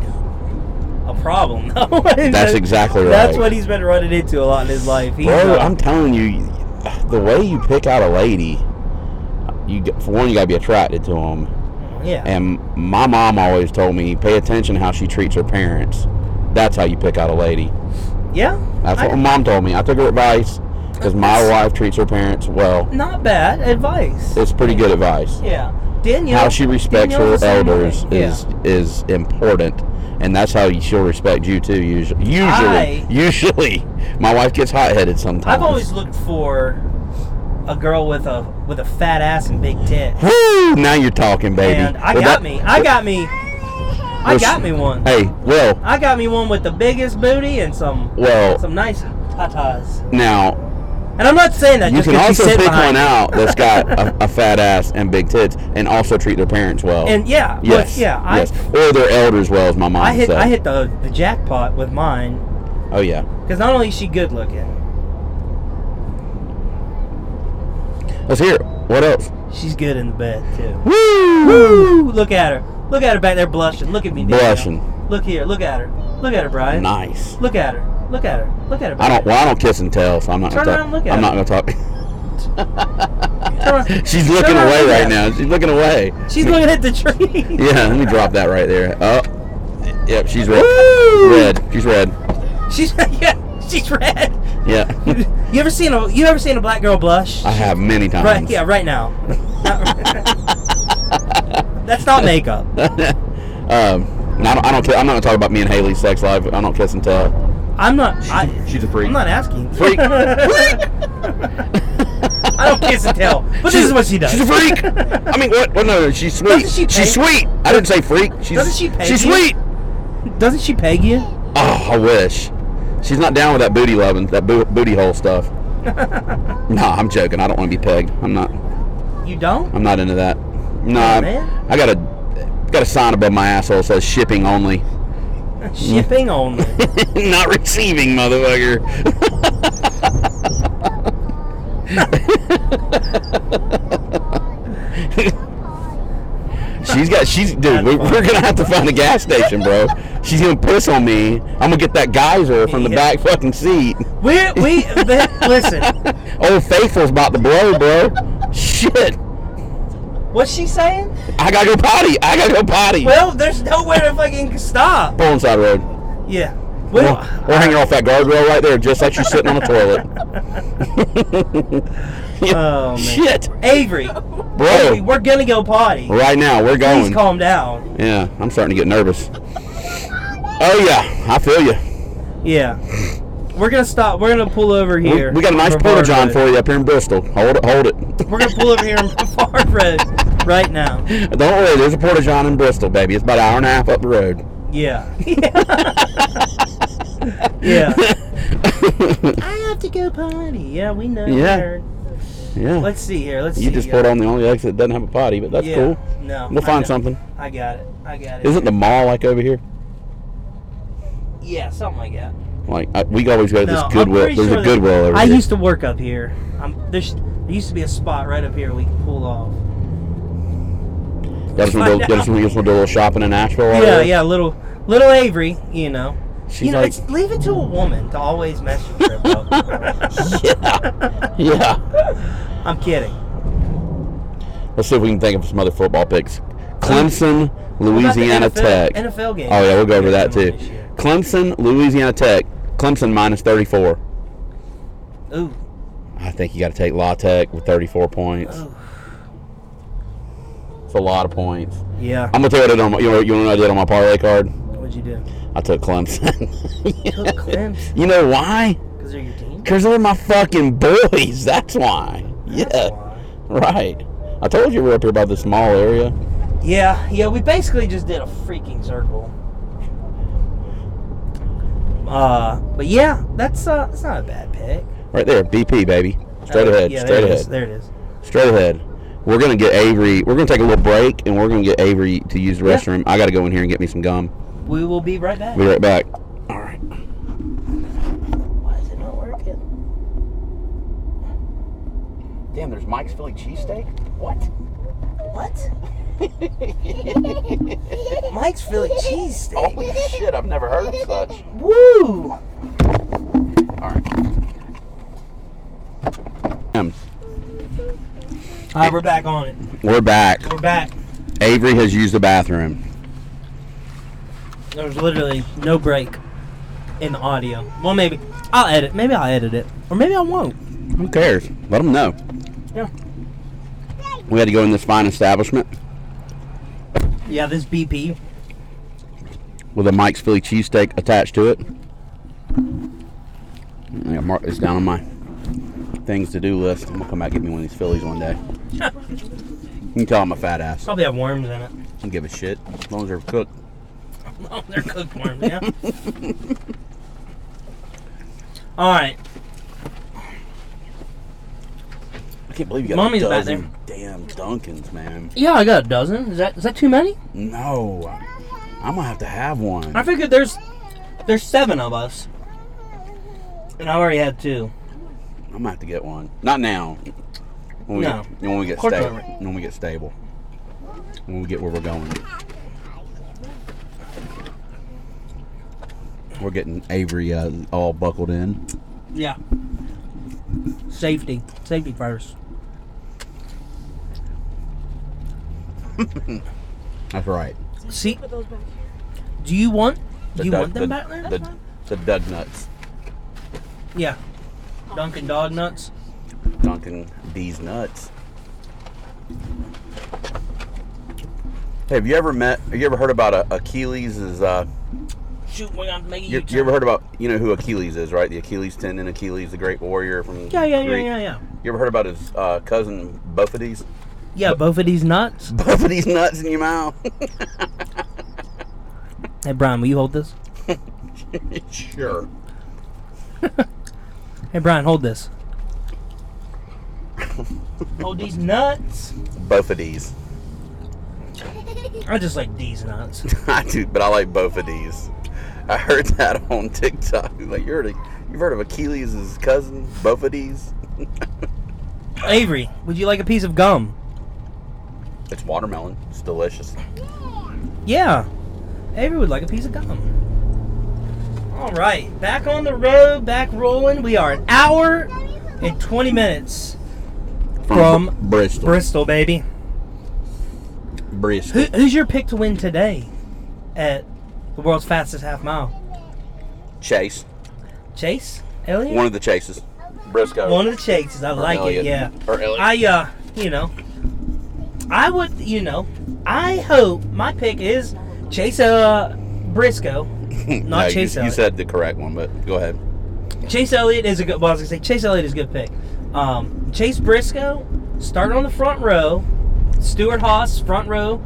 a problem. though.
that's exactly right.
That's what he's been running into a lot in his life. He's,
Bro,
uh,
I'm telling you, the way you pick out a lady, you g- for one you gotta be attracted to them.
yeah.
And my mom always told me, pay attention how she treats her parents. That's how you pick out a lady.
Yeah.
That's
I-
what my mom told me. I took her advice because my wife treats her parents well.
not bad advice.
It's pretty good advice.
yeah. Danielle.
How she respects
Danielle's
her
the same way.
elders is is important, and that's how she'll respect you too. Usually, usually,
I-
usually, my wife gets hot headed sometimes.
I've always looked for a girl with a with a fat ass and big tits.
Woo! Now you're talking, baby.
And I
Well,
got
that-
me. I got me. I
well,
got
she-
me one.
Hey, well,
I got me one with the biggest booty and some
well.
some nice tatas.
now
And I'm not saying that
you
just
can
'cause
also
she sit
pick
behind
one
me.
out that's got a, a fat ass and big tits, and also treat their parents well.
And yeah, look,
yes,
yeah, I
yes, or their elders well, as my mom
I hit
said.
I hit the the jackpot with mine
oh yeah.
because not only is she good looking,
Let's hear it. What else?
she's good in the bed too.
Woo!
Woo! Look at her. Look at her back there blushing. Look at me. Danielle.
Blushing.
Look here. Look at her. Look at her, Brian.
Nice.
Look at her. Look at her. Look at her.
I don't. Well, I don't kiss and tell, so I'm not.
Turn
gonna
around and
talk.
look at
I'm not
her.
gonna talk.
Come on.
She's
Turn
looking
around
away
and look
right
at
now. She's looking away.
She's looking at the tree.
Yeah, let me drop that right there. Oh, yep. She's red. Red. She's red.
She's yeah. She's red.
Yeah.
You ever seen a you ever seen a black girl blush?
I have many times.
Right. Yeah. Right now. That's not makeup.
um. and I don't. I don't. ki- I'm not gonna talk about me and Haley's sex life. I don't kiss and tell.
I'm not. I,
She's a freak.
I'm not asking.
Freak.
I don't kiss and tell. But
She's-
this is what she does.
She's a freak. I mean, what? Well, no, she's sweet.
Doesn't she
she's
pay-
sweet. I didn't say freak. She's,
Doesn't she pay
She's
you?
sweet.
Doesn't she peg you?
Oh, I wish. She's not down with that booty loving, that boo- booty hole stuff. nah, I'm joking. I don't want to be pegged. I'm not.
You don't?
I'm not into that. Nah,
Oh, man.
I got a got a sign above my asshole that says shipping only.
Shipping only.
not receiving, motherfucker. she's got she's dude we, we're gonna have to find a gas station bro she's gonna piss on me i'm gonna get that geyser from the
Yeah.
back fucking seat
we we th- listen.
old faithful's about to blow bro shit
What's she saying?
i gotta go potty i gotta go potty
Well, there's nowhere to fucking stop.
pull inside road
Yeah.
Or
Well,
or hang her off that guardrail right there, just like she's sitting on the toilet.
Oh, man.
Shit,
Avery,
oh.
Avery,
bro!
we're gonna go potty.
Right now, we're
Please
going.
calm down.
Yeah, I'm starting to get nervous. Oh yeah, I feel you.
Yeah. We're gonna stop. We're gonna pull over
We,
here.
we got a nice
on
porta
Brevard
john
Road.
for you up here in Bristol. Hold it, hold it.
We're gonna pull over here on Brevard Road right now.
Don't worry, there's a porta john in Bristol, baby. It's about an hour and a half up the road.
Yeah. Yeah. yeah. I have to go potty. Yeah, we know.
Yeah.
Aaron.
yeah,
Let's see here. Let's see. uh,
you just pulled on the only exit that doesn't have a potty, but that's
yeah.
cool.
No.
We'll
I
find
know.
something.
I got it. I got it.
Isn't the mall like over here?
Yeah, something like that.
Like I, we always go to this
No, I'm
Goodwill.
pretty
There's
sure
a
that-
Goodwill over
I
here.
used to work up here. I'm, there's there used to be a spot right up here we could pull off.
Got us, some,
Find
got us
out.
some, got us some do a little shopping in Asheville. while we
Yeah,
were-
yeah, little little Avery, you know.
Oh, She's
you know,
like,
it's, leave it to a woman to always mess your trip up.
yeah, yeah.
I'm kidding.
Let's see if we can think of some other football picks. Clemson, Louisiana
What about
Tech.
the NFL, NFL game.
Oh yeah, we'll go over that too.
This year.
Clemson, Louisiana Tech. Clemson minus 34.
Ooh,
I think you got to take La Tech with 34 points.
Ooh.
It's a lot of points.
yeah.
I'm gonna tell you what I did on my, you know, you know what I did on my parlay card.
What'd you do?
I took Clemson.
Took Clemson
you know why?
because they're your team.
Cause they're my fucking boys. That's why. Yeah.
That's why.
Right. I told you we're up here by the small area.
Yeah, yeah, we basically just did a freaking circle. Uh, but yeah, that's uh, that's not a bad pick.
Right there, BP baby. Straight
Uh,
ahead.
yeah,
straight
there it
ahead.
is, There it is.
Straight ahead. We're gonna get Avery. We're gonna take a little break, and we're gonna get Avery to use the
Yeah.
restroom. I gotta go in here and get me some gum.
We will be right back.
Be right back. All right.
Why is it not working?
Damn, there's Mike's Philly cheesesteak. What?
What? Mike's Philly cheesesteak.
Holy shit! I've never heard of such.
Woo!
All right. Um,
All right, we're back on it.
We're back.
We're back.
Avery has used the bathroom.
There was literally no break in the audio. Well, maybe I'll edit. Maybe I'll edit it, or maybe I won't.
Who cares? Let them know.
Yeah.
We had to go in this fine establishment
Yeah, this BP.
with a Mike's Philly cheesesteak attached to it. I gotta mark this down on my things to do list. I'm gonna come back and get me one of these Phillies one day. You can tell I'm a fat ass. I
Probably have worms in it.
don't give a shit as long as they're cooked.
Oh, they're cooked worms, yeah. All right,
I can't believe you got
Mommy's
a
back
dozen damn Dunkins, man.
yeah, I got a dozen. Is that is that too many?
No, I'm gonna have to have one.
I figured there's there's seven of us, and I already had two.
I'm gonna have to get one. Not now. When we,
No.
When we get
Of course
stable.
not.
When we get stable. When we get where we're going. We're getting Avery uh, all buckled in.
Yeah. Safety, safety first.
That's right.
See, do you want do you
Doug-
want them
the,
back there?
The, the Doug nuts.
yeah. Dunkin' Dog Nuts.
Dunking these nuts. Hey, have you ever met? Have you ever heard about a, Achilles? Is uh,
Shoot, we're gonna make a
you,
U-turn.
you ever heard about? You know who Achilles is, right? The Achilles tendon, Achilles, the great warrior from
Yeah, yeah, yeah,
Greek-
yeah, yeah.
You ever heard about his uh, cousin Buffety's?
Yeah, both of these nuts.
Buffety's nuts in your mouth.
Hey, Brian, will you hold this?
sure.
Hey, Brian, hold this. hold Oh, these nuts.
Buffety's.
I just like these nuts.
I do, but I like Buffety's. I heard that on TikTok. Like you heard of, you've heard of Achilles' cousin Buffety's?
Avery, would you like a piece of gum?
It's watermelon. It's delicious.
Yeah. Avery would like a piece of gum. All right, back on the road, back rolling. We are an hour and 20 minutes. From
Bristol.
Bristol, baby. Who,
Bristol.
who's your pick to win today at the world's fastest half mile?
Chase.
Chase? Elliot?
One of the chases. Briscoe.
One of the Chases. I
Or
like
Elliot.
it, yeah.
Or Elliot.
I uh, you know, I would, you know, I hope my pick is Chase uh, Briscoe, not
No, you-
Chase
you,
Elliott.
said the correct one, but go ahead.
Chase Elliott is a good. Well, I was gonna say Chase Elliott is a good pick. Um, Chase Briscoe, start on the front row. Stuart Haas, front row.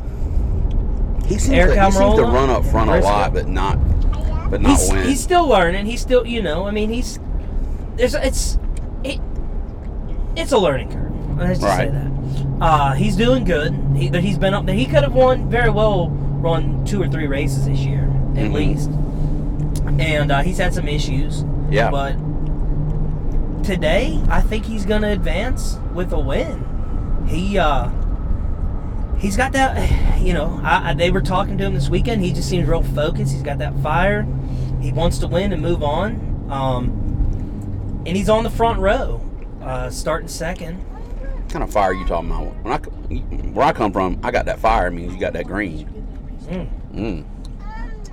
He seems,
Eric
to, he seems to
Almirola?
run up front a
Briscoe.
lot, but not, but not
He's,
win.
he's still learning. He's still, you know, I mean, he's there's it's it, it's a learning curve. Let's just
Right.
say that. Uh, he's doing good. He, but he's been up there. He could have won very well, run two or three races this year at
Mhm.
least. And uh, he's had some issues.
Yeah.
But today, I think he's gonna advance with a win. He uh, he's got that. You know, I, I, they were talking to him this weekend. He just seems real focused. He's got that fire. He wants to win and move on. Um, and he's on the front row, uh, starting second.
What kind of fire you talking about? When I, c- where I come from, I got that fire. means you got that green.
Mm.
Mm.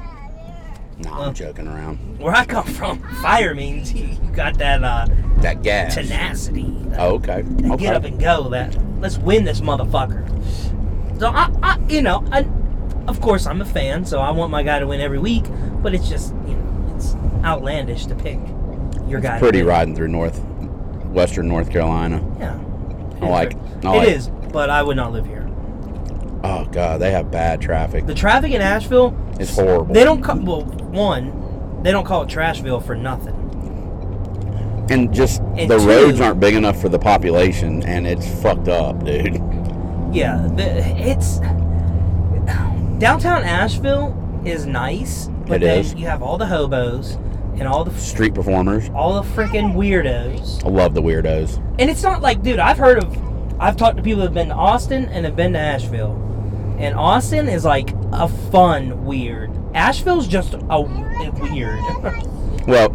Nah,
Well.
I'm joking around.
Where I come from, fire means you you got that uh,
That gas.
tenacity.
Oh, okay.
and
okay.
get up and go. That let's win this motherfucker. So I, I you know, I, of course I'm a fan, so I want my guy to win every week. But it's just, you know, it's outlandish to pick your guy. to
Pretty
win.
riding through north, western North Carolina.
Yeah.
I like.
It is,
I like-
but I would not live here.
Oh god, they have bad traffic.
The traffic in Asheville,
It's horrible.
they don't call. Well, one, they don't call it Trashville for nothing.
and just
And
the
two-
roads aren't big enough for the population, and it's fucked up, dude.
Yeah, the, it's downtown Asheville is nice, but
It
then
is.
you have all the hobos and all the
Street performers.
all the freaking weirdos.
I love the weirdos.
And it's not like, dude, I've heard of, I've talked to people who have been to Austin and have been to Asheville. And Austin is like a fun weird. Asheville's just a, a weird.
Well,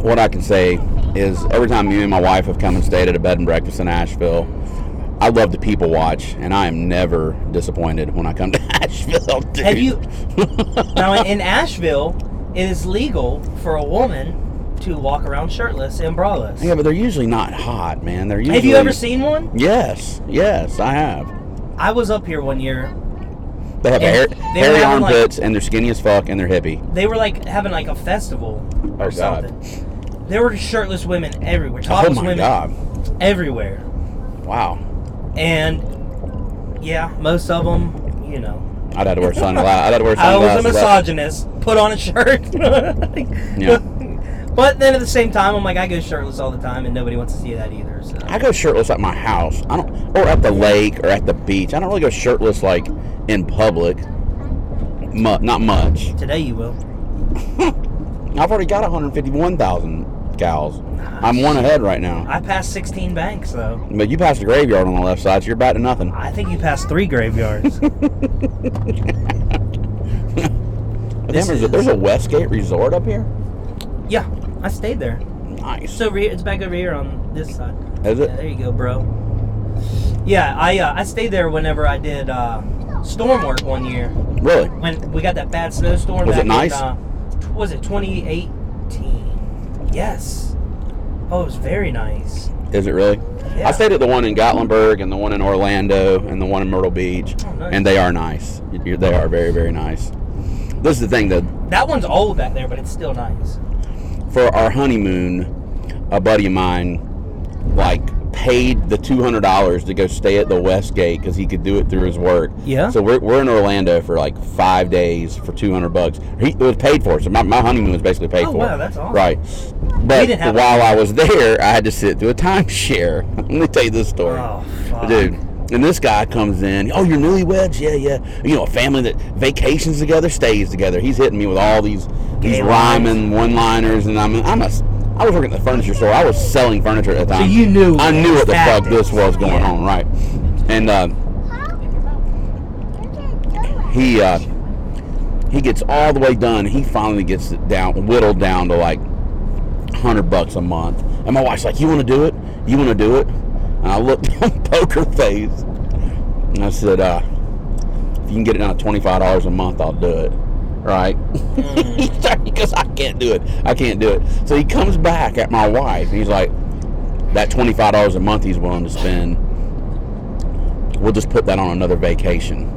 what I can say is every time you and my wife have come and stayed at a bed and breakfast in Asheville, I love to people watch, and I am never disappointed when I come to Asheville, dude.
have you, now in Asheville, it is legal for a woman to walk around shirtless and braless.
Yeah, but they're usually not hot, man. They're usually.
Have you ever seen one?
Yes, yes, I have.
I was up here one year.
They have
And
hair,
they
hairy
were having, like-
armpits, and they're skinny as fuck, and they're hippie.
They were like having like a festival or
Oh, God.
something. There were shirtless women everywhere,
Oh
topless
my
women
god!
everywhere.
Wow.
And yeah, most of them, you know.
I'd have to wear sunglasses. I'd have to wear
I was
sunglasses.
a misogynist. Put on a shirt.
Yeah.
But then at the same time, I'm like, I go shirtless all the time, and nobody wants to see that either. So.
I go shirtless at my house. I don't, or at the lake, or at the beach. I don't really go shirtless like in public. Mu- not much.
Today you will.
I've already got 151,000 gals. I'm one ahead right now.
I passed 16 banks though.
But you passed the graveyard on the left side, so you're back to nothing.
I think you passed three graveyards.
Damn, there's, a,
is-
there's a Westgate Resort up here.
yeah, I stayed there.
Nice.
It's over here. It's back over here on this side.
Is
Yeah,
it?
there you go, bro. Yeah, I uh, I stayed there whenever I did uh, storm work one year.
Really?
when we got that bad snowstorm.
Was
back
it nice?
In, uh, t- was it 2018? Yes. Oh, it was very nice.
Is it really?
Yeah.
I stayed at the one in Gatlinburg and the one in Orlando and the one in Myrtle Beach,
Oh, nice.
and they are nice. You- you- They are very, very nice. This is the thing that
That one's old back there, but it's still nice.
for our honeymoon, a buddy of mine like paid the two hundred dollars to go stay at the Westgate because he could do it through his work.
Yeah.
So we're, we're in Orlando for like five days for two hundred bucks. He, it was paid for, so my, my honeymoon was basically paid
Oh,
for.
wow, that's awesome.
Right. But
didn't have-
while I was there, I had to sit through a timeshare. Let me tell you this story
Oh, fuck.
dude. And this guy comes in. Oh, you're newlyweds? Yeah, yeah. You know, a family that vacations together, stays together. He's hitting me with all these these
Gay
rhyming one-liners, and I'm I'm a I was working at the furniture store. I was selling furniture at the time.
you knew
I knew what the fuck
tactics.
this was going
Yeah.
on, right? And uh, he uh, he gets all the way done. He finally gets it down, whittled down to like hundred bucks a month. And my wife's like, "You want to do it? You want to do it?" And I looked on poker face, and I said, uh, "If you can get it down to twenty five dollars a month, I'll do it." Right? he goes, "I can't do it. I can't do it." So he comes back at my wife, and he's like, "That twenty five dollars a month he's willing to spend." We'll just put that on another vacation.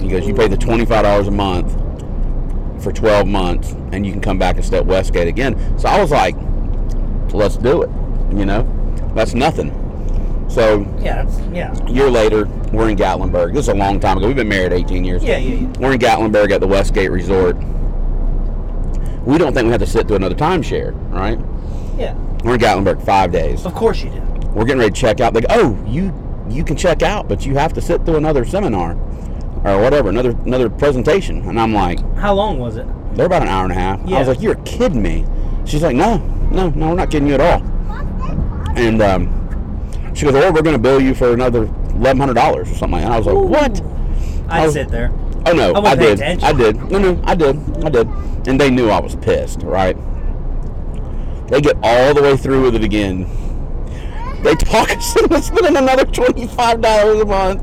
He goes, You pay the $25 a month for 12 months, and you can come back and stay at Westgate again. So I was like, Let's do it. You know, that's nothing. So
Yeah, that's, yeah,
a year later, we're in Gatlinburg. This is a long time ago. We've been married 18 years.
yeah, yeah, yeah.
We're in Gatlinburg at the Westgate Resort. We don't think we have to sit through another timeshare, right?
yeah.
We're in Gatlinburg five days
Of course you do.
we're getting ready to check out. Like, oh, you you can check out, but you have to sit through another seminar or whatever, another another presentation. And I'm like,
How long was it?
they're about an hour and a half. I
Yeah.
was like, you're kidding me. She's like, no, no, no, we're not kidding you at all. And um, she goes, oh, we're going to bill you for another eleven hundred dollars or something like that. And I was like, what?
I'd
Oh.
sit there.
Oh no,
I
I,
wasn't paying
did.
attention.
I did. No, no, I did. I did. And they knew I was pissed, right? They get all the way through with it again. They talk us into spending another twenty five dollars a month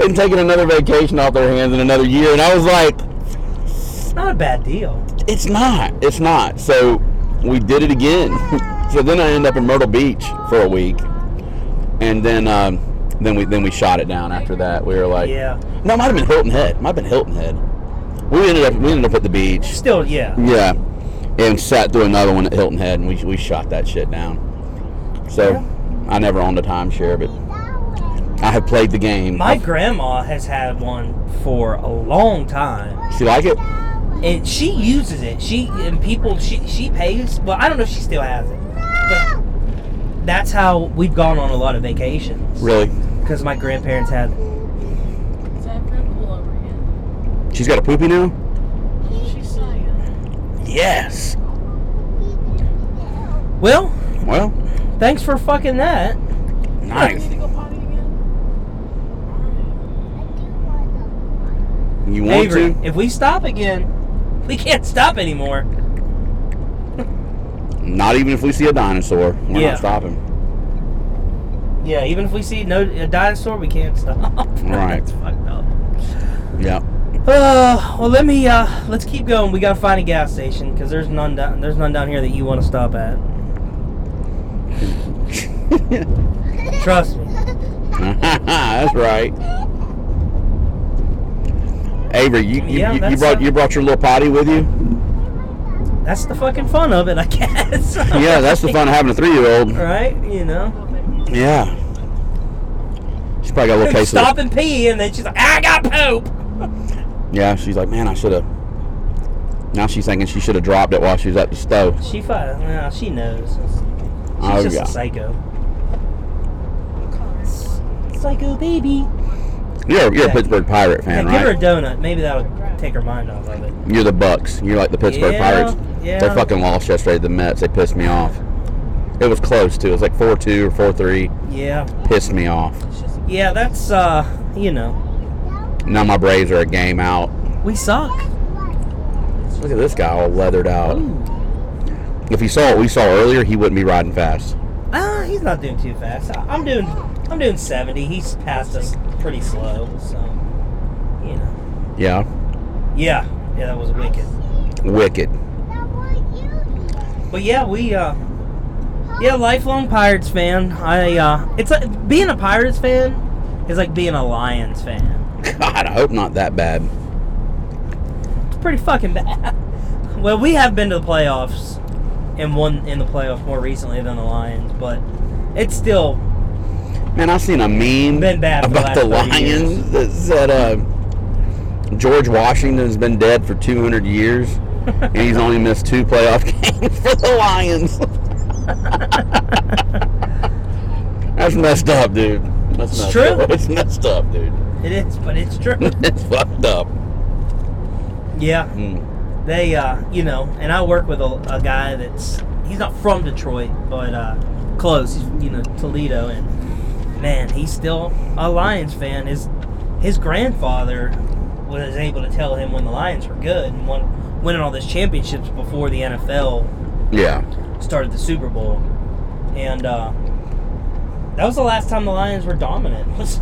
and taking another vacation off their hands in another year. And I was like,
It's not a bad deal.
it's not. It's not. So we did it again. so then I ended up in Myrtle Beach for a week, and then um, then we then we shot it down after that. We were like,
Yeah.
No, it might have been Hilton Head. Might have been Hilton Head. We ended up we ended up at the beach.
Still, yeah.
Yeah, and sat through another one at Hilton Head, and we we shot that shit down. So I never owned a timeshare, but I have played the game.
My grandma has had one for a long time,
she like it?
and she uses it. She and people she she pays. Well, I don't know if she still has it, but that's how we've gone on a lot of vacations.
Really?
Because my grandparents had.
Is that Red Bull over again?
She's got a poopy now.
She's saying.
Yes.
Well,
Well,
thanks for fucking that.
You
nice.
need to go potty again?
You want
Avery,
to?
if we stop again, we can't stop anymore.
Not even if we see a dinosaur. We're
Yeah.
not stopping.
Yeah, even if we see no a dinosaur, we can't stop.
Right.
That's fucked up.
Yeah.
Uh, well, let me. Uh, let's keep going. We gotta find a gas station because there's none down. There's none down here that you want to stop at. Trust me.
That's right. Avery, you, you,
Yeah,
you, you
that's
brought
a-
you brought your little potty with you?
That's the fucking fun of it, I guess.
Yeah, that's the fun of having a three year old.
Right? You know.
Yeah. She's probably got a little case
Stop
of
and pee, and then she's like, "I got poop."
it. Yeah, she's like, man, I should have. Now she's thinking she should have dropped it while she was at the stove.
She fi- Well, she knows. She's
Oh,
just
yeah.
a psycho. Psycho baby.
You're, you're
Yeah.
a Pittsburgh Pirate fan,
Yeah, give her a
right?
donut. Maybe that'll take her mind off of it.
You're the Bucks. You're like the Pittsburgh
Yeah,
Pirates. They
yeah.
fucking lost yesterday to the Mets. They pissed me off. It was close too. It was like four two or four three.
Yeah.
Pissed me off.
Yeah, that's uh, you know,
Now my Braves are a game out.
we suck.
Look at this guy all leathered out.
Oh.
If he saw what we saw earlier, he wouldn't be riding fast.
Ah, he's not doing too fast. I- I'm doing, I'm doing 70. He's passed us pretty slow, so you know.
Yeah.
Yeah, yeah, that was wicked.
Wicked.
But yeah, we, uh, yeah, lifelong Pirates fan. I, uh, it's like being a Pirates fan is like being a Lions fan.
God, I hope not that bad.
It's pretty fucking bad. Well, we have been to the playoffs and won in the playoffs more recently than the Lions, but it's still
Man, I seen a meme
Been bad for the
about the,
last 30 years.
Lions that said uh, George Washington's been dead for 200 years and he's only missed two playoff games for the Lions. That's messed up, dude. That's
It's
messed
true.
Up. It's messed up, dude.
it is, but it's true.
It's fucked up.
yeah.
Mm.
they uh you know and i work with a, a guy that's he's not from detroit but uh close he's, you know toledo and man he's still a lions fan his his grandfather was able to tell him when the lions were good and won winning all those championships before the nfl
Yeah.
started the super bowl and uh that was the last time the lions were dominant was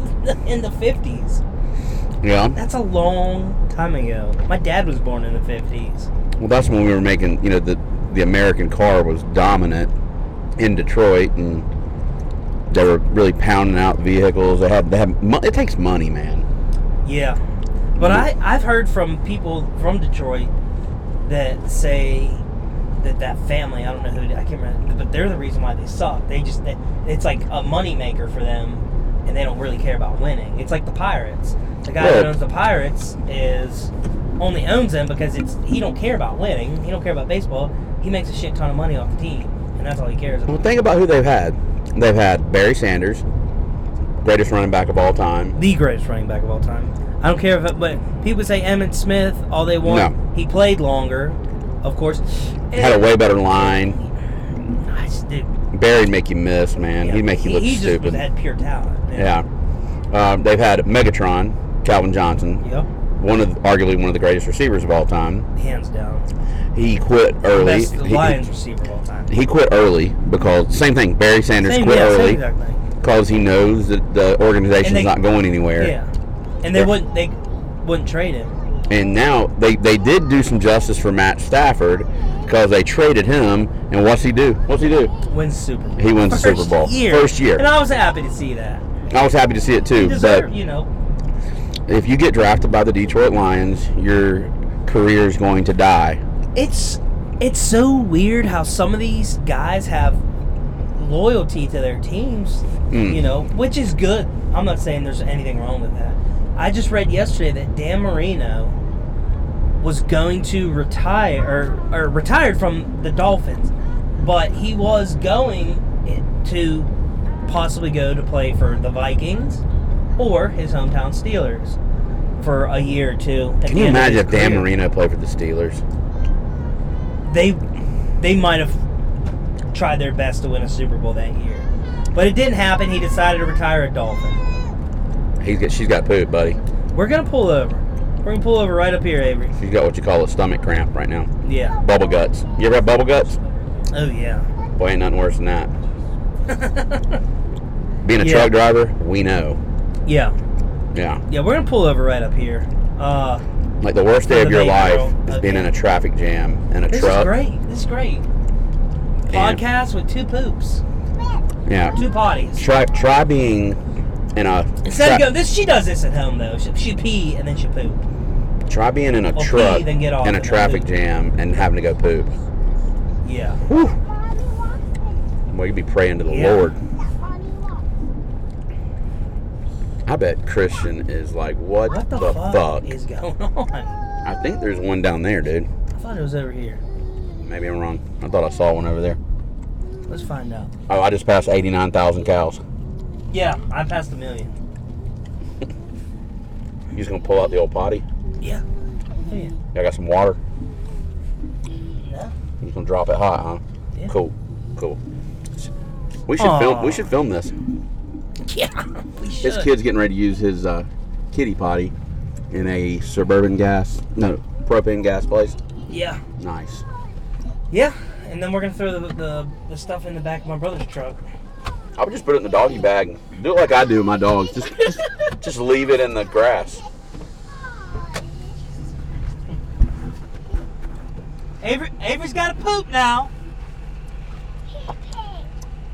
in the 50s
Yeah.
that's a long time ago my dad was born in the 50s
Well, that's when we were making, you know, the the American car was dominant in Detroit, and they were really pounding out vehicles. They had they had mo- it takes money, man.
Yeah, but I I've heard from people from Detroit that say that that family I don't know who it- I can't remember but they're the reason why they suck. They just they, it's like a money maker for them, and they don't really care about winning. It's like the Pirates. The guy that
Yeah.
owns the Pirates is only owns them because it's he don't care about winning. He don't care about baseball. He makes a shit ton of money off the team, and that's all he cares
Well,
about.
think about who they've had. They've had Barry Sanders, greatest running back of all time.
the greatest running back of all time. I don't care if, it, but people say Emmett Smith all they want.
No.
He played longer, of course.
Had a way better line.
I just- dude,
Barry'd make you miss, man.
yeah,
He'd make you look
he, he
stupid.
Just was- had pure talent.
yeah. Um, they've had Megatron, Calvin Johnson.
Yep.
one of arguably one of the greatest receivers of all time.
hands down.
He quit early.
Best
He-
Lions receiver of all time.
he quit early because same thing. Barry Sanders
Same,
quit
yeah, same
early
exact thing.
because he knows that the organization's
And they-
not going anywhere.
Yeah, and they
Yeah.
wouldn't they wouldn't trade him.
And now they, they did do some justice for Matt Stafford because they traded him. And what's he do? What's he do?
Wins Super Bowl.
He wins the
First
Super Bowl.
year.
First year.
And I was happy to see that.
I was happy to see it too.
Deserve,
but
you know.
if you get drafted by the Detroit Lions, your career is going to die.
It's it's so weird how some of these guys have loyalty to their teams,
Mm.
you know, which is good. I'm not saying there's anything wrong with that. I just read yesterday that Dan Marino was going to retire or, or retired from the Dolphins, but he was going to possibly go to play for the Vikings or his hometown Steelers for a year or two. at
Can
the
you
end of
imagine
his
if Dan
career.
Marino played for the Steelers?
they they might have tried their best to win a Super Bowl that year, but it didn't happen. He decided to retire a Dolphin.
He's got, she's got poop, buddy.
We're gonna pull over. We're gonna pull over right up here, Avery.
She's got what you call a stomach cramp right now.
Yeah.
Bubble guts. You ever have bubble guts?
Oh yeah.
Boy, ain't nothing worse than that. Being a
Yeah.
truck driver, we know.
Yeah.
Yeah.
Yeah. We're gonna pull over right up here. Uh,
Like the worst day
On
of
the
your
main
life
road.
is being
Okay.
in a traffic jam in a
uh, this
truck.
is great. This is great. Podcast with two poops,
Yeah.
two potties.
Try try being in a
Instead
tra-
of go, this she does this at home though. She, she pee and then she poop.
try being in a
Well, pee,
truck
then get off
in a
and then
traffic
poop.
jam and having to go poop.
Yeah.
Well, you'd be praying to the
Yeah.
Lord. I bet Christian is like, what,
What the, fuck, is going on?
I think there's one down there, dude.
I thought it was over here.
Maybe I'm wrong. I thought I saw one over there.
Let's find out.
Oh, I just passed 89,000 cows.
Yeah, I passed a million.
You just gonna pull out the old potty?
Yeah. Oh, yeah.
I got some water.
No.
You just gonna drop it hot, huh?
Yeah.
Cool, cool. We should film. We
Aw.
should film this.
Yeah. We should.
This kid's getting ready to use his uh, kitty potty in a suburban gas, no, propane gas place.
Yeah.
Nice.
Yeah. And then we're gonna throw the, the, the stuff in the back of my brother's truck.
I would just put it in the doggy bag. and Do it like I do with my dogs. Just, just, just leave it in the grass.
Avery, Avery's got to poop now.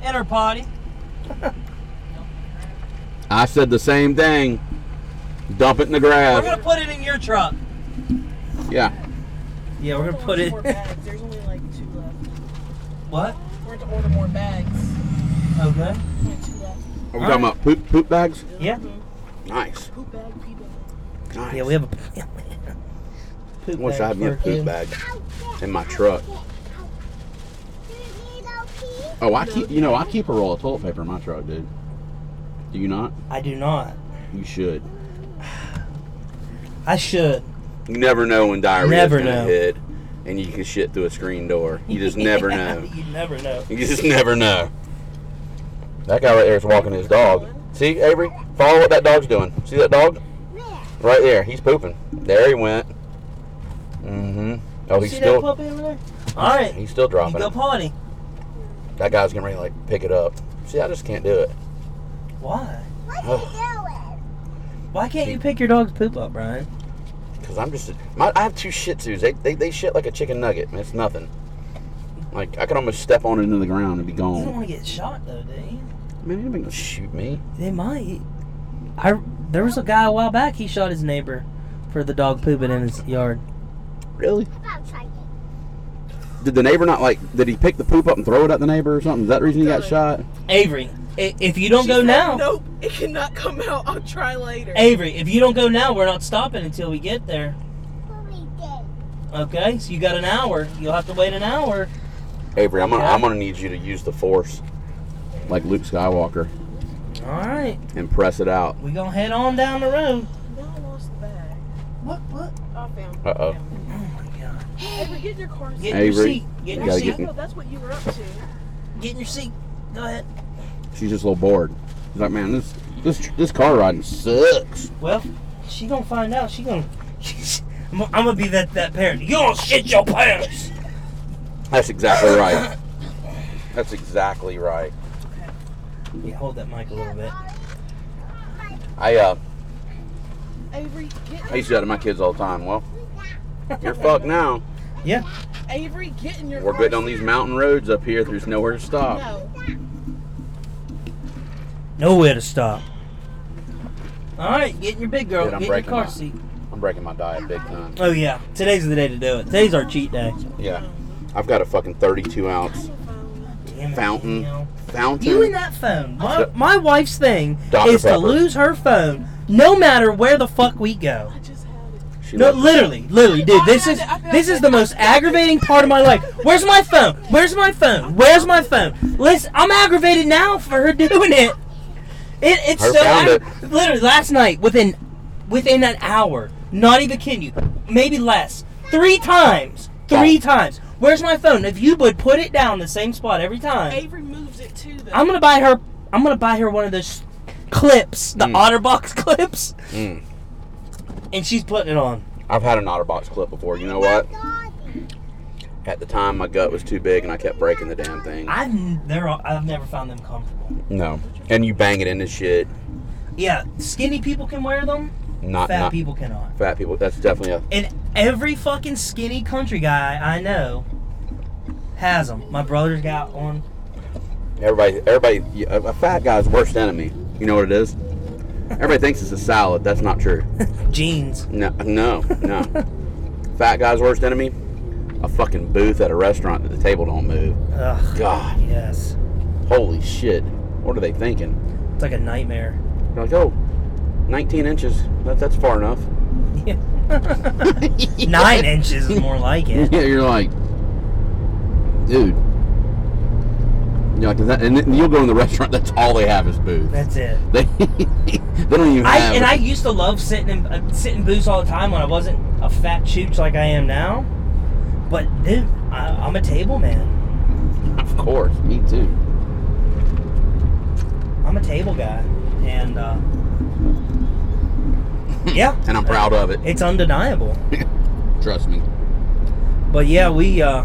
In her potty.
I said the same thing. Dump it in the grass.
We're gonna put it in your truck.
yeah.
Yeah, we're gonna put it.
More bags. There's only like two left.
what?
We're going to order more bags.
Okay.
Only two left.
Are we talking about poop poop bags?
Yeah.
Nice.
Poop bag, pee bag.
Nice.
Yeah, we have a. yeah, we have a poop
Wish
bag
I had me a
for
poop
him.
bag in my truck. Oh, I keep you know I keep a roll of toilet paper in my truck, dude. Do you not?
I do not.
You should.
I should.
You never know when diarrhea
Never
gonna
know.
hit, and you can shit through a screen door. You just never
Yeah,
know.
You never know.
You just never know. That guy right there is walking his dog. See, Avery, follow what that dog's doing. See that dog? Right there. He's pooping. There he went. Mm-hmm. Oh, he's
See that
still
puppy over there? All right.
he's still
You
dropping
go
it.
potty.
That guy's getting ready to like pick it up. See, I just can't do it.
Why?
Ugh.
Why can't you pick your dog's poop up, Brian?
Cause I'm just, my, I have two Shih Tzus. They, they they shit like a chicken nugget. It's nothing. Like I could almost step on it into the ground and be
You don't
gone.
want to get shot though, do you?
Man, anybody gonna shoot me?
They might. I there was a guy a while back. He shot his neighbor for the dog pooping in his yard.
Really? Did the neighbor not like? Did he pick the poop up and throw it at the neighbor or something? Is that the reason he got shot?
Avery, i- if you don't
She
go
said,
now,
Nope, it cannot come out. I'll try later.
Avery, if you don't go now, we're not stopping until we get there. Okay, so you got an hour. You'll have to wait an hour.
Avery, I'm gonna
Yeah.
I'm gonna need you to use the force, like Luke Skywalker,
All right,
and press it out.
we gonna head on down the road.
No, I lost the bag.
What? What?
I found it.
Uh-oh.
Oh my God!
Hey, we're getting your car.
Get in your
Avery,
seat. Get in
you
your
gotta
seat.
get
Get...
in-
no, that's what you were up to.
in your seat. Go ahead.
She's just a little bored. She's like, man, this this this car riding sucks.
Well, she gonna find out. She gonna I'm, I'm gonna be that, that parent. You don't shit your pants.
That's exactly right. That's exactly right.
Yeah, hold that mic a little bit.
I uh,
Avery, get
I
in,
used to do that to my kids all the time. Well, you're fucked now.
Yeah.
Avery, get in your
We're
car.
getting on these mountain roads up here. There's nowhere to stop.
No.
Nowhere to stop. All right, get in your big girl.
Dude, I'm
get in your
breaking
car
my-
seat.
I'm breaking my diet big time.
Oh yeah, today's the day to do it. Today's our cheat day.
Yeah, I've got a fucking 32 ounce
Damn it,
Fountain.
Danielle. You and
fountain.
that phone. My, my wife's thing
Dr.
is to
Pepper.
lose her phone no matter where the fuck we go.
I just had it.
She
No,
loves-
literally, literally, dude. This is this is the most aggravating part of my life. Where's my phone? Where's my phone? Where's my phone? Listen, I'm aggravated now for her doing it. It it's
Her
so
found
ag- literally last night within within an hour. Not even kidding you, maybe less. Three times, three times. Where's my phone? If you would put it down the same spot every time,
Avery moves it too, though.
I'm gonna buy her. I'm gonna buy her one of those clips, the OtterBox clips,
Mm.
and she's putting it on.
I've had an OtterBox clip before. You know what? At the time, my gut was too big, and I kept breaking the damn thing.
I've n- they're all, I've never found them comfortable.
No, and you bang it into shit.
Yeah, skinny people can wear them.
Not
fat
not
people cannot.
fat people. That's definitely a
And every fucking skinny country guy I know has them. My brother's got one.
everybody. Everybody, a a fat guy's worst enemy. You know what it is? Everybody thinks it's a salad. That's not true.
Jeans.
No, no, no. fat guy's worst enemy? A fucking booth at a restaurant that the table don't move.
Ugh.
God,
Yes.
holy shit. What are they thinking?
It's like a nightmare.
They're like, oh, 19 inches. That, that's far enough.
Nine inches is more like it.
Yeah, you're like, dude. You're like, is that, and then you'll go in the restaurant. That's all they have is booth.
That's it.
They, they don't even
I
have.
and I used to love sitting in uh, sitting booths all the time when I wasn't a fat chooch like I am now. But dude, I, I'm a table man.
of course, me too.
I'm a table guy, and uh, yeah,
And I'm proud of it.
it's undeniable.
Trust me.
But yeah, we uh,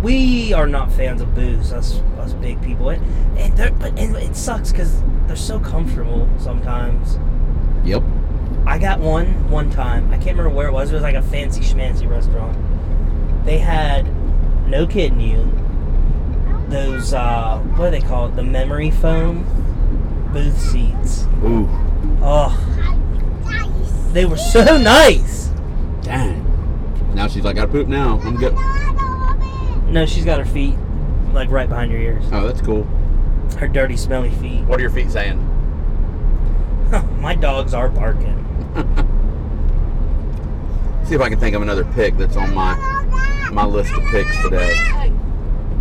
we are not fans of booze. Us us big people, it, and they're- but and it sucks because they're so comfortable sometimes.
Yep.
I got one one time. I can't remember where it was. It was like a fancy schmancy restaurant. They had, no kidding you, those uh, what do they call it? The memory foam booth seats.
Ooh,
Oh, they were so nice.
dang. Now she's like, I gotta poop now. I'm good.
No, she's got her feet like right behind your ears.
Oh, that's cool.
Her dirty, smelly feet.
What are your feet saying?
My dogs are barking.
See if I can think of another pick that's on my my list of picks today.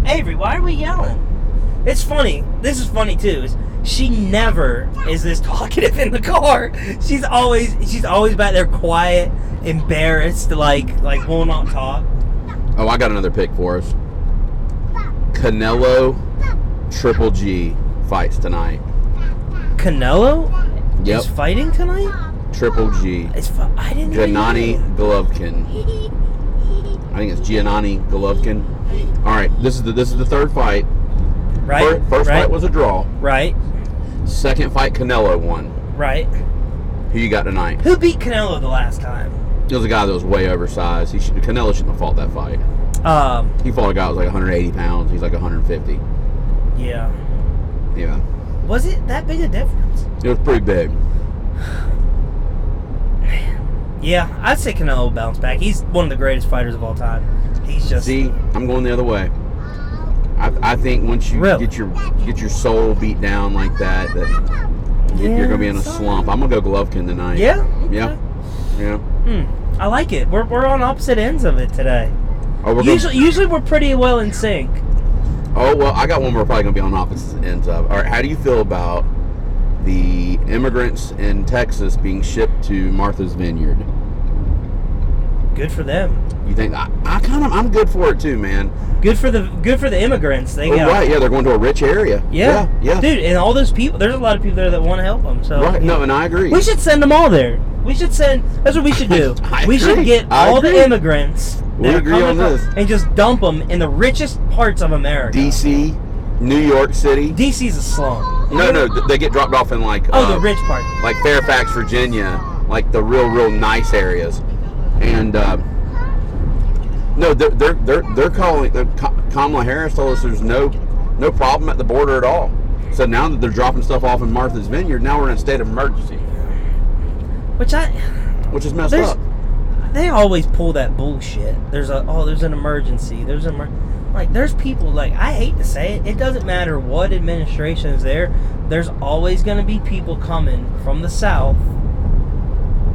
Hey,
Avery, why are we yelling? It's funny. This is funny too. Is she never is this talkative in the car? She's always she's always back there quiet, embarrassed, like like will not talk.
Oh, I got another pick for us. Canelo Triple G fights tonight.
Canelo
Yep.
is fighting tonight.
Triple G.
It's fu- I didn't. even know.
Gianni Golovkin. I think it's Gianni Golovkin. All right, this is the this is the third fight.
Right.
Fir- First,
right,
fight was a draw.
right.
Second fight, Canelo won.
Right.
Who you got tonight?
Who beat Canelo the last time?
It was a guy that was way oversized. He should, Canelo shouldn't have fought that fight.
Um.
He fought a guy that was like 180 pounds. He's like 150.
Yeah.
Yeah,
Was it that big a difference?
it was pretty big.
Yeah, I'd say Canelo will bounce back. He's one of the greatest fighters of all time. He's just
See, I'm going the other way. I, I think once you
Really?
get your get your soul beat down like that, that you're, you're gonna be in a
Yeah, so-
slump. I'm gonna go Golovkin tonight.
yeah.
Yeah.
Okay.
Yeah.
Hmm. I like it. We're, we're on opposite ends of it today.
Oh, we're
usually usually we're pretty well in sync.
gonna, oh well, I got one we're probably gonna be on opposite ends of. All right, how do you feel about the immigrants in Texas being shipped to Martha's Vineyard?
Good for them.
You think I, I kind of I'm good for it too, man.
Good for the good for the immigrants. They got
Oh, right? Yeah, they're going to a rich area.
yeah.
Yeah. yeah.
Dude, and all those people. There's a lot of people there that want to help them. So
Right. No, and I agree.
we should send them all there. We should send. That's what we should do.
I
we should
agree.
get
I
all
agree.
the immigrants that
We
are
agree
coming
on
from-
this.
and just dump them in the richest parts of America.
DC, New York City.
DC's a slum.
No, no, th- they get dropped off in like
Oh, the
uh,
rich part.
like Fairfax, Virginia, like the real, real nice areas, and uh, no, they're they're they're, they're calling. They're, Ka- Kamala Harris told us there's no no problem at the border at all. So now that they're dropping stuff off in Martha's Vineyard, now we're in a state of emergency,
Which I,
which is messed
There's-
up.
they always pull that bullshit. There's a oh, there's an emergency. There's an emer- like there's people like I hate to say it. It doesn't matter what administration is there. There's always gonna be people coming from the south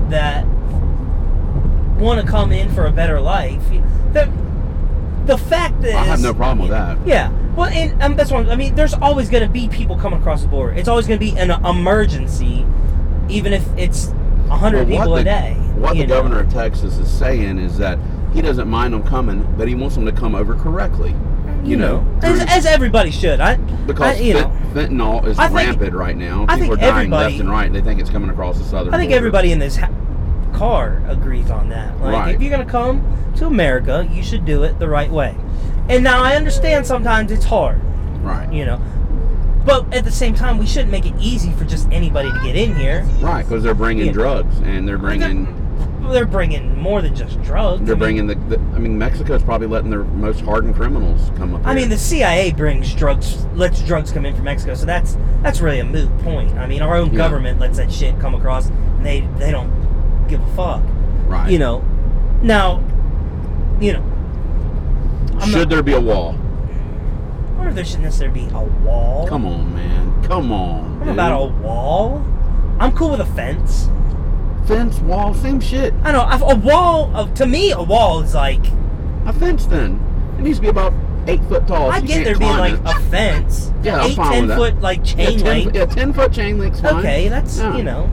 that want to come in for a better life. The the fact is,
I have no problem with that.
Yeah. Well, and um, that's one. I mean, there's always going to be people coming across the border. It's always going to be an emergency, even if it's
Well,
100 people
what
a
the,
day.
What
you
the
know?
governor of Texas is saying is that he doesn't mind them coming, but he wants them to come over correctly. You know,
as, as everybody should. I
because
I, you
fent-
know,
fentanyl is
I think-
rampant right now.
I
People are
think
dying left
everybody-
and right. They think it's coming across the southern.
I think
border.
everybody in this ha- car agrees on that. Like,
Right.
if you're going to come to America, you should do it the right way. And now I understand sometimes it's hard,
Right.
you know, but at the same time, we shouldn't make it easy for just anybody to get in here.
Right, because they're bringing
Yeah.
drugs and they're bringing
They're bringing more than just drugs. I
they're
mean,
bringing the, the. I mean, Mexico's probably letting their most hardened criminals come up.
I mean,
here.
the CIA brings drugs, lets drugs come in from Mexico, so that's that's really a moot point. I mean, our own
Yeah.
government lets that shit come across, and they they don't give a fuck.
right.
You know, now, you know, I'm
should
not-
there be a wall?
I wonder if there should necessarily be a wall.
Come on, man. Come on.
I'm about a wall. I'm cool with a fence.
a fence wall, same shit.
I don't know. A wall, of, to me, a wall is like
A fence then. It needs to be about eight foot tall. so
I
you
get
can't
there being like
climb it.
a fence,
Yeah, I'm
eight
fine
ten
with that.
foot like chain
yeah,
link.
ten, yeah, ten foot chain link's fine.
Okay, that's
Yeah.
you know,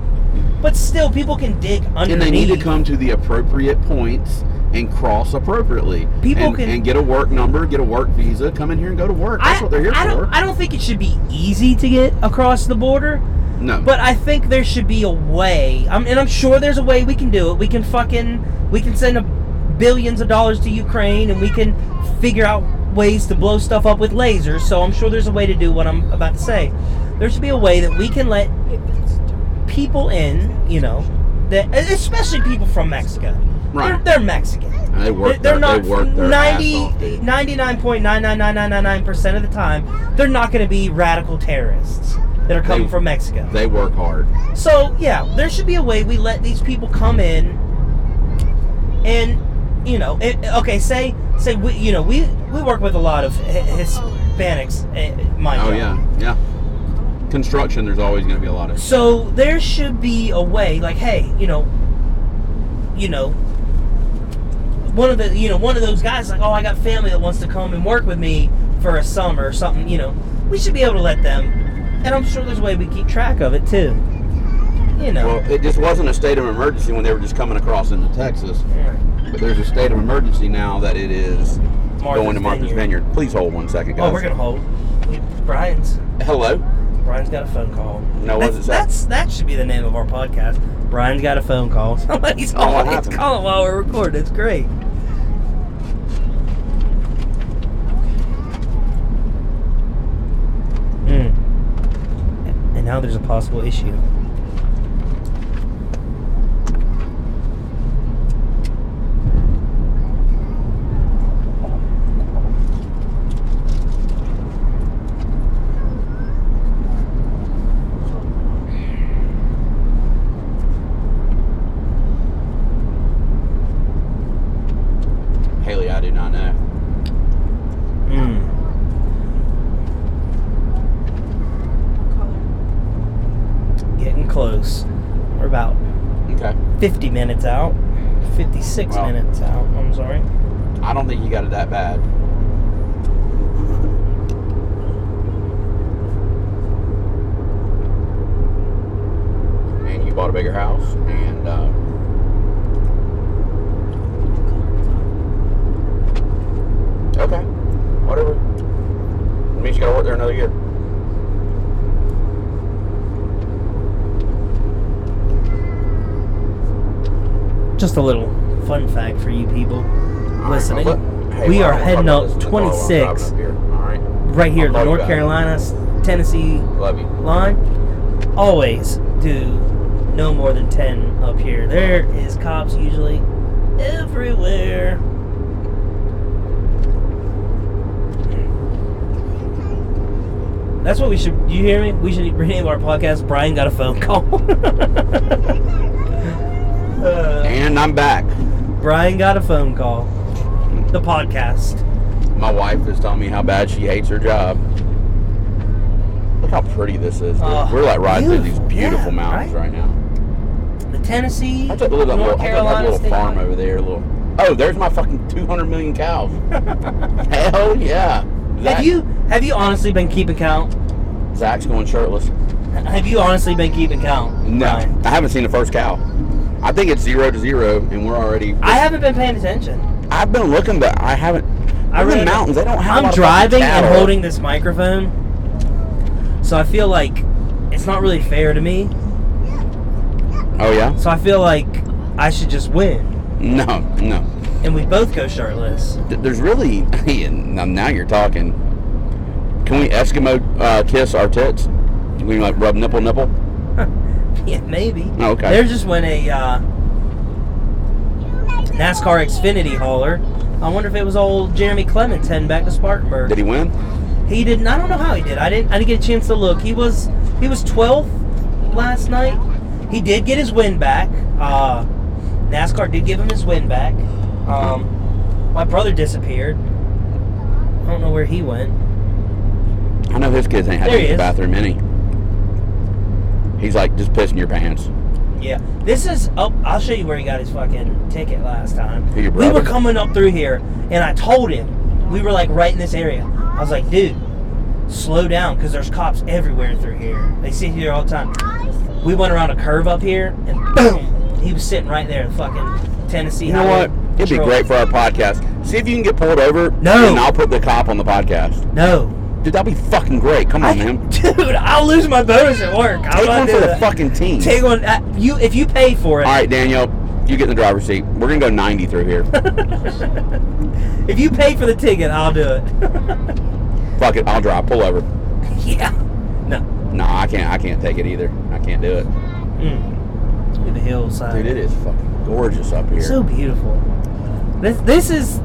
but still, people can dig underneath.
And they need to come to the appropriate points and cross appropriately.
People
and,
can-
and get a work number, get a work visa, come in here and go to work. That's
I,
what they're here
I
for.
don't. I don't think it should be easy to get across the border,
no,
but I think there should be a way. I'm, and I'm sure there's a way we can do it. We can fucking we can send a, billions of dollars to Ukraine, and we can figure out ways to blow stuff up with lasers. So I'm sure there's a way to do what I'm about to say. There should be a way that we can let people in. You know, that especially people from Mexico.
Right.
They're, they're Mexican.
And they work.
They're
their,
not
They work their
90,
ass off, dude.
99.99999% of the time, they're not going to be radical terrorists that are coming
They-
from Mexico.
They work hard.
so, yeah, there should be a way we let these people come in and you know, it, okay, say say we you know, we we work with a lot of hi- Hispanics uh, my
Oh
job.
yeah, yeah. Construction. There's always going to be a lot of.
So there should be a way, like, hey, you know, you know, one of the, you know, one of those guys, like, oh, I got family that wants to come and work with me for a summer or something. You know, we should be able to let them, and I'm sure there's a way we keep track of it too. You know,
Well, it just wasn't a state of emergency when they were just coming across into Texas,
Yeah.
but there's a state of emergency now that it is going to Martha's
Vineyard.
Vineyard. Please hold one second, guys.
Oh, we're gonna hold. We- Brian's
Hello.
Brian's got a phone call.
No, what
that's,
does it say?
that's that should be the name of our podcast. Brian's got a phone call. Somebody's
Oh, what
always
happened?
calling while we're recording. It's great. Mm. And now there's a possible issue.
Haley, I do not know. Hmm.
Mm. Getting close. We're about
Okay.
50 minutes out. 56
Wow.
minutes out. I'm sorry.
I don't think you got it that bad. And you bought a bigger house, and uh, okay, whatever. It means you gotta work there another year.
Just a little fun fact for you people listening.
All right, now look- hey,
we
well,
are
I'm gonna
heading
talk
up
about this in the car while I'm
26
driving up here. All right.
right here, the
I'll call you
North
back.
Carolina Tennessee
Love you.
line. Always do no more than 10 up here. There is cops usually everywhere. That's what we should. You hear me? We should rename our podcast. Brian got a phone call. Uh,
And I'm back.
Brian got a phone call.
Hmm.
The podcast.
My wife is telling me how bad she hates her job. Look how pretty this is. dude.
Oh,
We're like riding through these
beautiful. Yeah,
beautiful mountains
right?
right, now.
The Tennessee,
I took a little,
North
little, I took like a
Carolina
little
State.
farm over there. A little. Oh, there's my fucking 200 million cows. Hell yeah.
Have
Zach-
you have you honestly been keeping count?
Zach's going shirtless.
Have you honestly been keeping count?
No,
Brian?
I haven't seen the first cow. I think it's zero to zero, and we're already.
I haven't been paying attention.
I've been looking, but I haven't.
I
I in
really-
the mountains. They don't have. a
I'm
lot of fucking
driving and
cattle.
holding this microphone, so I feel like it's not really fair to me.
Oh yeah?
So I feel like I should just win,
No, no.
and we both go shirtless.
Th- There's really. now now you're talking. Can we Eskimo uh, kiss our tits? Can we like rub nipple nipple?
Yeah, maybe.
Oh, okay.
There's just when a uh, NASCAR Xfinity hauler. I wonder if it was old Jeremy Clements heading back to Spartanburg.
Did he win?
He didn't. I don't know how he did. I didn't. I didn't get a chance to look. He was. He was 12th last night. He did get his win back. Uh, NASCAR did give him his win back. Um, my brother disappeared. I don't know where he went.
I know his kids ain't had to
There he
use the
is.
bathroom any. He's like just pissing your pants.
Yeah. This is. Oh, I'll show you where he got his fucking ticket last time.
Who, your
we were
brother?
coming up through here, and I told him we were like right in this area. I was like, dude, slow down, because there's cops everywhere through here. They sit here all the time. We went around a curve up here, and boom, he was sitting right there in fucking Tennessee.
You know
Highway
what? It'd be
Patrol.
great for our podcast. See if you can get pulled over.
No.
And I'll put the cop on the podcast.
No,
Dude, that'd be fucking great. Come on, man.
dude, I'll lose my bonus at work. I'm
Take
not
one
doing
for the
that.
fucking team.
Take one. uh, You if you pay for it.
All right, Danielle, you get in the driver's seat. We're gonna go 90 through here.
If you pay for the ticket, I'll do it.
Fuck it, I'll drive. Pull over.
yeah. No.
No, I can't. I can't take it either. I can't do it.
Mm. Look at the hillside.
Dude, it is fucking gorgeous up here.
so beautiful. This this is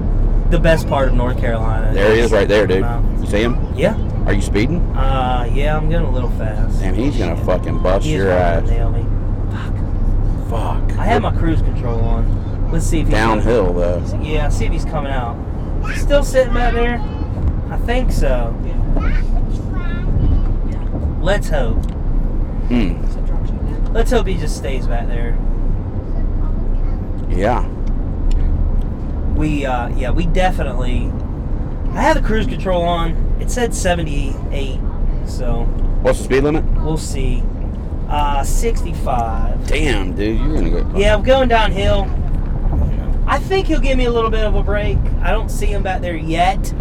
the best part of North Carolina.
there he is, right there, dude.
Mountains.
You see him?
Yeah.
Are you speeding?
Uh, yeah, I'm going a little fast.
Damn, he's gonna fucking bust
He is
your
gonna
ass.
Nail me. Fuck.
Fuck.
I have my cruise control on. Let's see if he's
downhill though.
Yeah, see if he's coming out. Still sitting back there? I think so. Let's hope.
Hmm.
Let's hope he just stays back there.
Yeah.
we uh, yeah we definitely i had the cruise control on it said 78 so
What's the speed limit?
we'll see uh 65
Damn, dude, you're gonna go.
yeah i'm going downhill i think he'll give me a little bit of a break i don't see him back there yet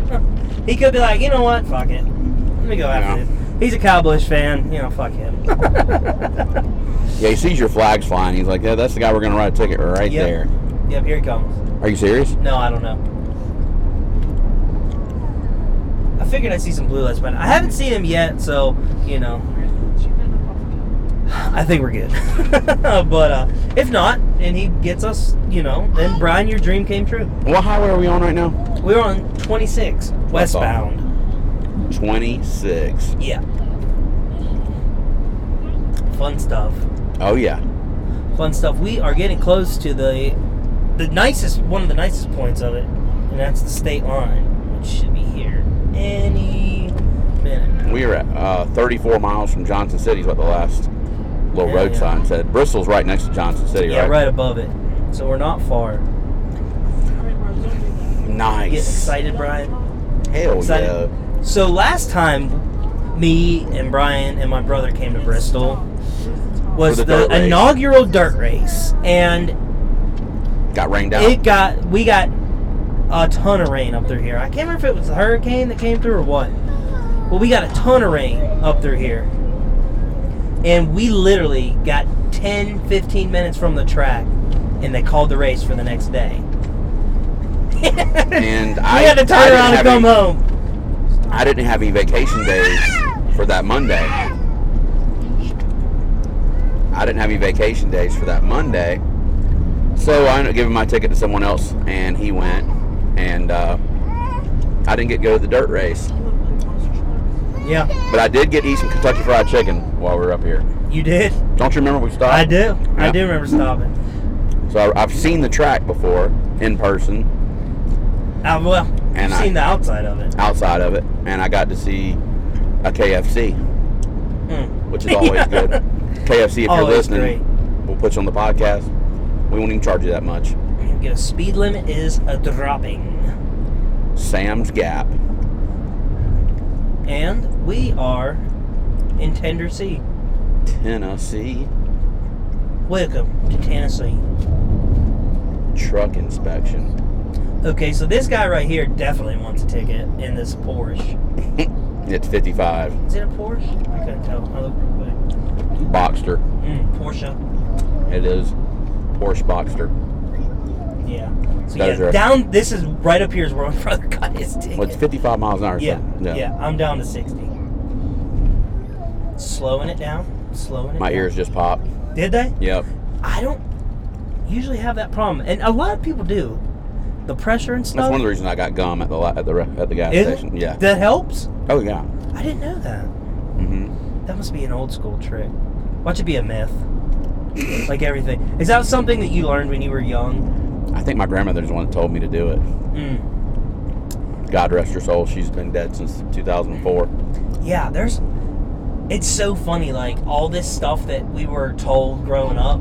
he could be like you know what fuck it let me go after
Yeah.
this he's a cowboys fan you know fuck him
Yeah, he sees your flags flying. He's like, yeah, that's the guy we're gonna write a ticket right
Yep.
there.
yep here he comes
Are you serious?
no i don't know i figured i'd see some blue lights but i haven't seen him yet so you know I think we're good. but uh, if not, and he gets us, you know, then Brian, your dream came true.
What highway are we on right now?
We're on 26 westbound.
26.
Yeah. Fun stuff.
Oh, yeah.
Fun stuff. We are getting close to the the nicest one of the nicest points of it, and that's the state line, which should be here any minute.
We are at uh, 34 miles from Johnson City, is what the last little
Yeah,
road
yeah.
sign said. Bristol's right next to Johnson City,
Yeah,
right?
right above it. So we're not far.
right.
You Getting
Nice.
excited, Brian?
Hell
Excited?
yeah.
So last time, me and Brian and my brother came to Bristol was the,
For the dirt race.
inaugural dirt race, and
Got rained out.
it got we got a ton of rain up through here. I can't remember if it was a hurricane that came through or what, but we got a ton of rain up through here, and we literally got 10, 15 minutes from the track, and they called the race for the next day.
And
I
I
had to turn
I didn't
around and
have
come
any-
home.
I didn't have any vacation days for that Monday. I didn't have any vacation days for that Monday. So I ended up giving my ticket to someone else, and he went. And uh, I didn't get to go to the dirt race.
Yeah,
But I did get to eat some Kentucky Fried Chicken while we were up here.
you did.
Don't you remember we stopped?
I do. I
Yeah.
do remember stopping.
So I, I've seen the track before in person
Uh, well,
And
you've
I-
seen the outside of it.
outside of it, and I got to see a KFC,
Mm.
which is always
Yeah.
good. KFC, if you're
Always
listening, we'll put you on the podcast. We won't even charge you that much.
Get a speed limit is a dropping,
Sam's Gap.
and we are in Tennessee.
Tennessee
Welcome to Tennessee.
truck inspection.
Okay, so this guy right here definitely wants a ticket in this Porsche.
It's 55.
Is it a Porsche? I couldn't tell. I looked real quick.
Boxster.
Mm, Porsche.
It is Porsche Boxster.
Yeah. So
That is
yeah,
right.
down. This is right up here is where my brother got his ticket.
Well, it's 55 miles an hour. so-
yeah, yeah, I'm down to sixty. Slowing it down. Slowing it.
My
down.
ears just popped.
Did they?
Yep.
I don't usually have that problem, and a lot of people do. The pressure and
That's
stuff.
one of the reasons I got gum at the la- at the re- at the gas
Oh. Is it?
station. Yeah.
That helps.
Oh yeah.
I didn't know that.
hmm
That must be an old school trick. Watch it be a myth. like everything. Is that something that you learned when you were young?
I think my grandmother's the one that told me to do it. Hmm.
Mm.
God rest her soul. She's been dead since 2004.
Yeah, there's. It's so funny, like all this stuff that we were told growing up,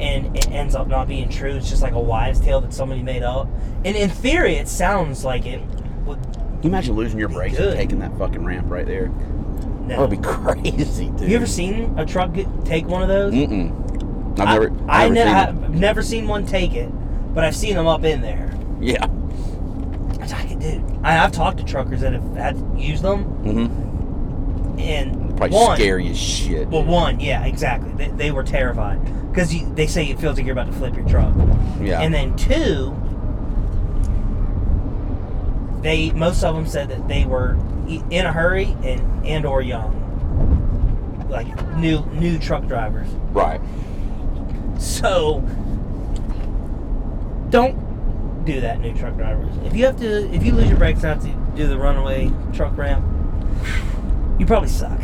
and it ends up not being true. It's just like a wives' tale that somebody made up. And in theory, it sounds like it would.
Can you imagine losing your brakes
good.
and taking that fucking ramp right there? That
No.
would be crazy, dude.
you ever seen a truck get, take one of those?
Mm-mm. I've never.
I,
I've never seen
have never seen one take it, but I've seen them up in there.
it. Yeah.
I was like, dude, I, I've talked to truckers that have had used them,
Mm-hmm.
and
Probably
one,
scary as shit.
Well, one, yeah, exactly. They, they were terrified because they say it feels like you're about to flip your truck,
yeah.
and then two, they most of them said that they were e- in a hurry and and or young, like new new truck drivers.
right.
So don't do that, new truck drivers. If you have to, if you lose your brakes and have to do the runaway truck ramp, you probably suck.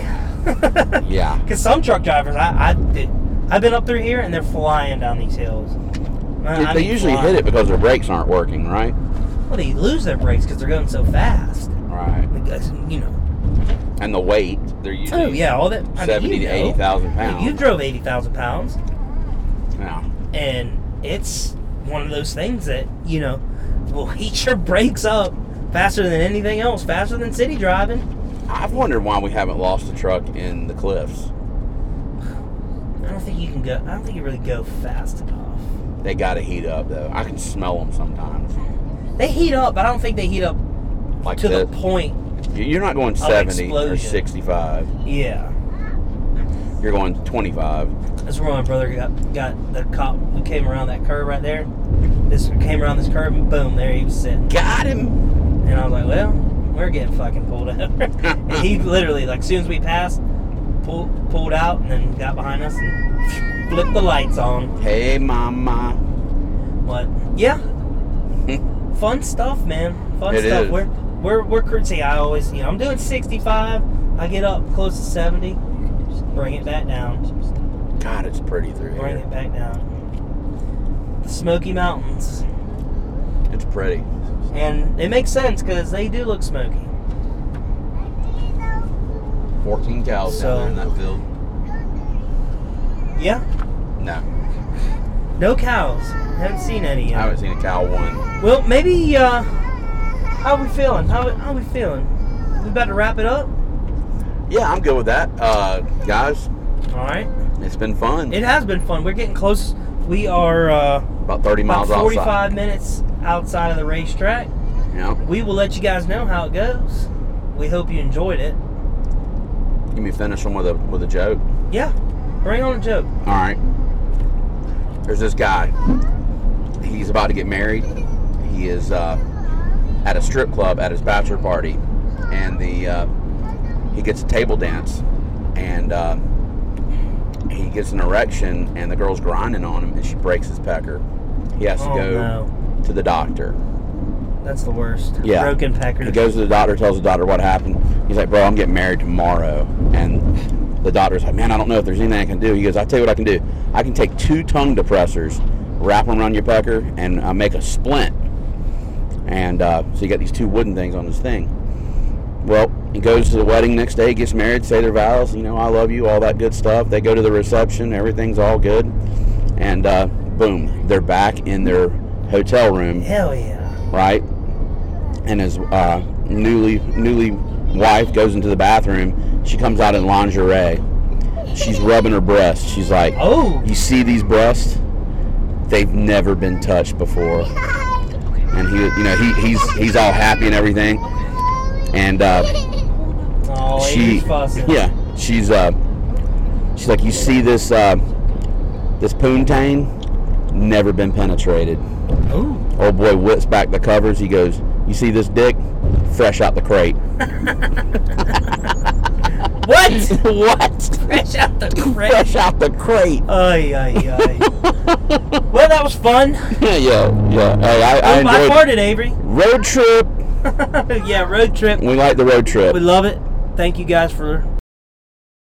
Yeah.
Because some truck drivers, I, I did, I've been up through here and they're flying down these hills. I- I
they
mean
usually
flying.
hit it because their brakes aren't working, right?
Well, they lose their brakes because they're going so fast.
Right.
Like, uh, You know.
And the weight, they're usually
Oh yeah, all that. I mean,
seventy
you
to
know.
eighty thousand pounds.
You drove eighty thousand pounds.
yeah.
and it's one of those things that you know will heat your brakes up faster than anything else, faster than city driving.
I've wondered why we haven't lost a truck in the cliffs.
I don't think you can go. I don't think you really go fast enough.
They got to heat up though. I can smell them sometimes.
They heat up, but I don't think they heat up
Like
to the
this.
point.
You- You're not going seventy or
explosion.
sixty-five.
Yeah,
You're going twenty-five.
that's where my brother got got the cop who came around that curve right there. This came around this curve and boom, there he was sitting.
Got him.
And I was like, well, we're getting fucking pulled over. and he literally, like, as soon as we passed, pull, pulled out and then got behind us and flipped the lights on.
Hey, mama.
But yeah, fun stuff, man. Fun
It
stuff.
is.
We're we're we're cru- see, I always, you know, I'm doing 65. I get up close to 70. Bring it back down.
God, it's pretty through
Bring
here.
it back down. The Smoky Mountains,
It's pretty.
and it makes sense because they do look smoky.
Fourteen cows
So-
down there in that field.
Yeah,
No,
no cows. Haven't seen any
I
yet.
haven't seen a cow one.
Well, maybe. Uh, how we feeling? How how we feeling? We about to wrap it up.
Yeah, I'm good with that. Uh, guys,
All right.
it's been fun.
It has been fun. We're getting close. We are uh,
about 30
about
miles
45
outside.
minutes outside of the racetrack.
Yeah.
We will let you guys know how it goes. We hope you enjoyed it.
Can we finish them with a with a joke?
Yeah. Bring on a joke.
All right. there's this guy. He's about to get married. He is uh, at a strip club at his bachelor party, and the uh, he gets a table dance, and uh, he gets an erection, and the girl's grinding on him, and she breaks his pecker. He has to
Oh,
go
no.
to the doctor.
That's the worst.
Yeah.
Broken pecker.
He goes to the doctor, tells the doctor what happened. He's like, bro, I'm getting married tomorrow. And the doctor's like, man, I don't know if there's anything I can do. He goes, I tell you what I can do. I can take two tongue depressors, wrap them around your pecker, and uh, make a splint. And uh, so you got these two wooden things on this thing. Well, he goes to the wedding next day, gets married, say their vows, you know, I love you, all that good stuff. They go to the reception, everything's all good. And uh, boom, they're back in their hotel room
Hell yeah.
right? And his uh, newly newly wife goes into the bathroom. She comes out in lingerie. She's rubbing her breast. She's like,
Oh.
you see these breasts? They've never been touched before." And he, you know, he, he's he's all happy and everything. And uh,
Oh,
she
he's fussing.
yeah she's uh she's like you see this uh this poontang never been penetrated
Ooh.
old boy whips back the covers he goes you see this dick fresh out the crate
What?
what
Fresh out the crate.
fresh out the crate
Ay, ay, ay. well, that was fun.
yeah yeah yeah hey i, I
I, I
enjoyed
farted, Avery.
road trip
yeah, road trip.
we like the road trip
We love it. Thank you guys for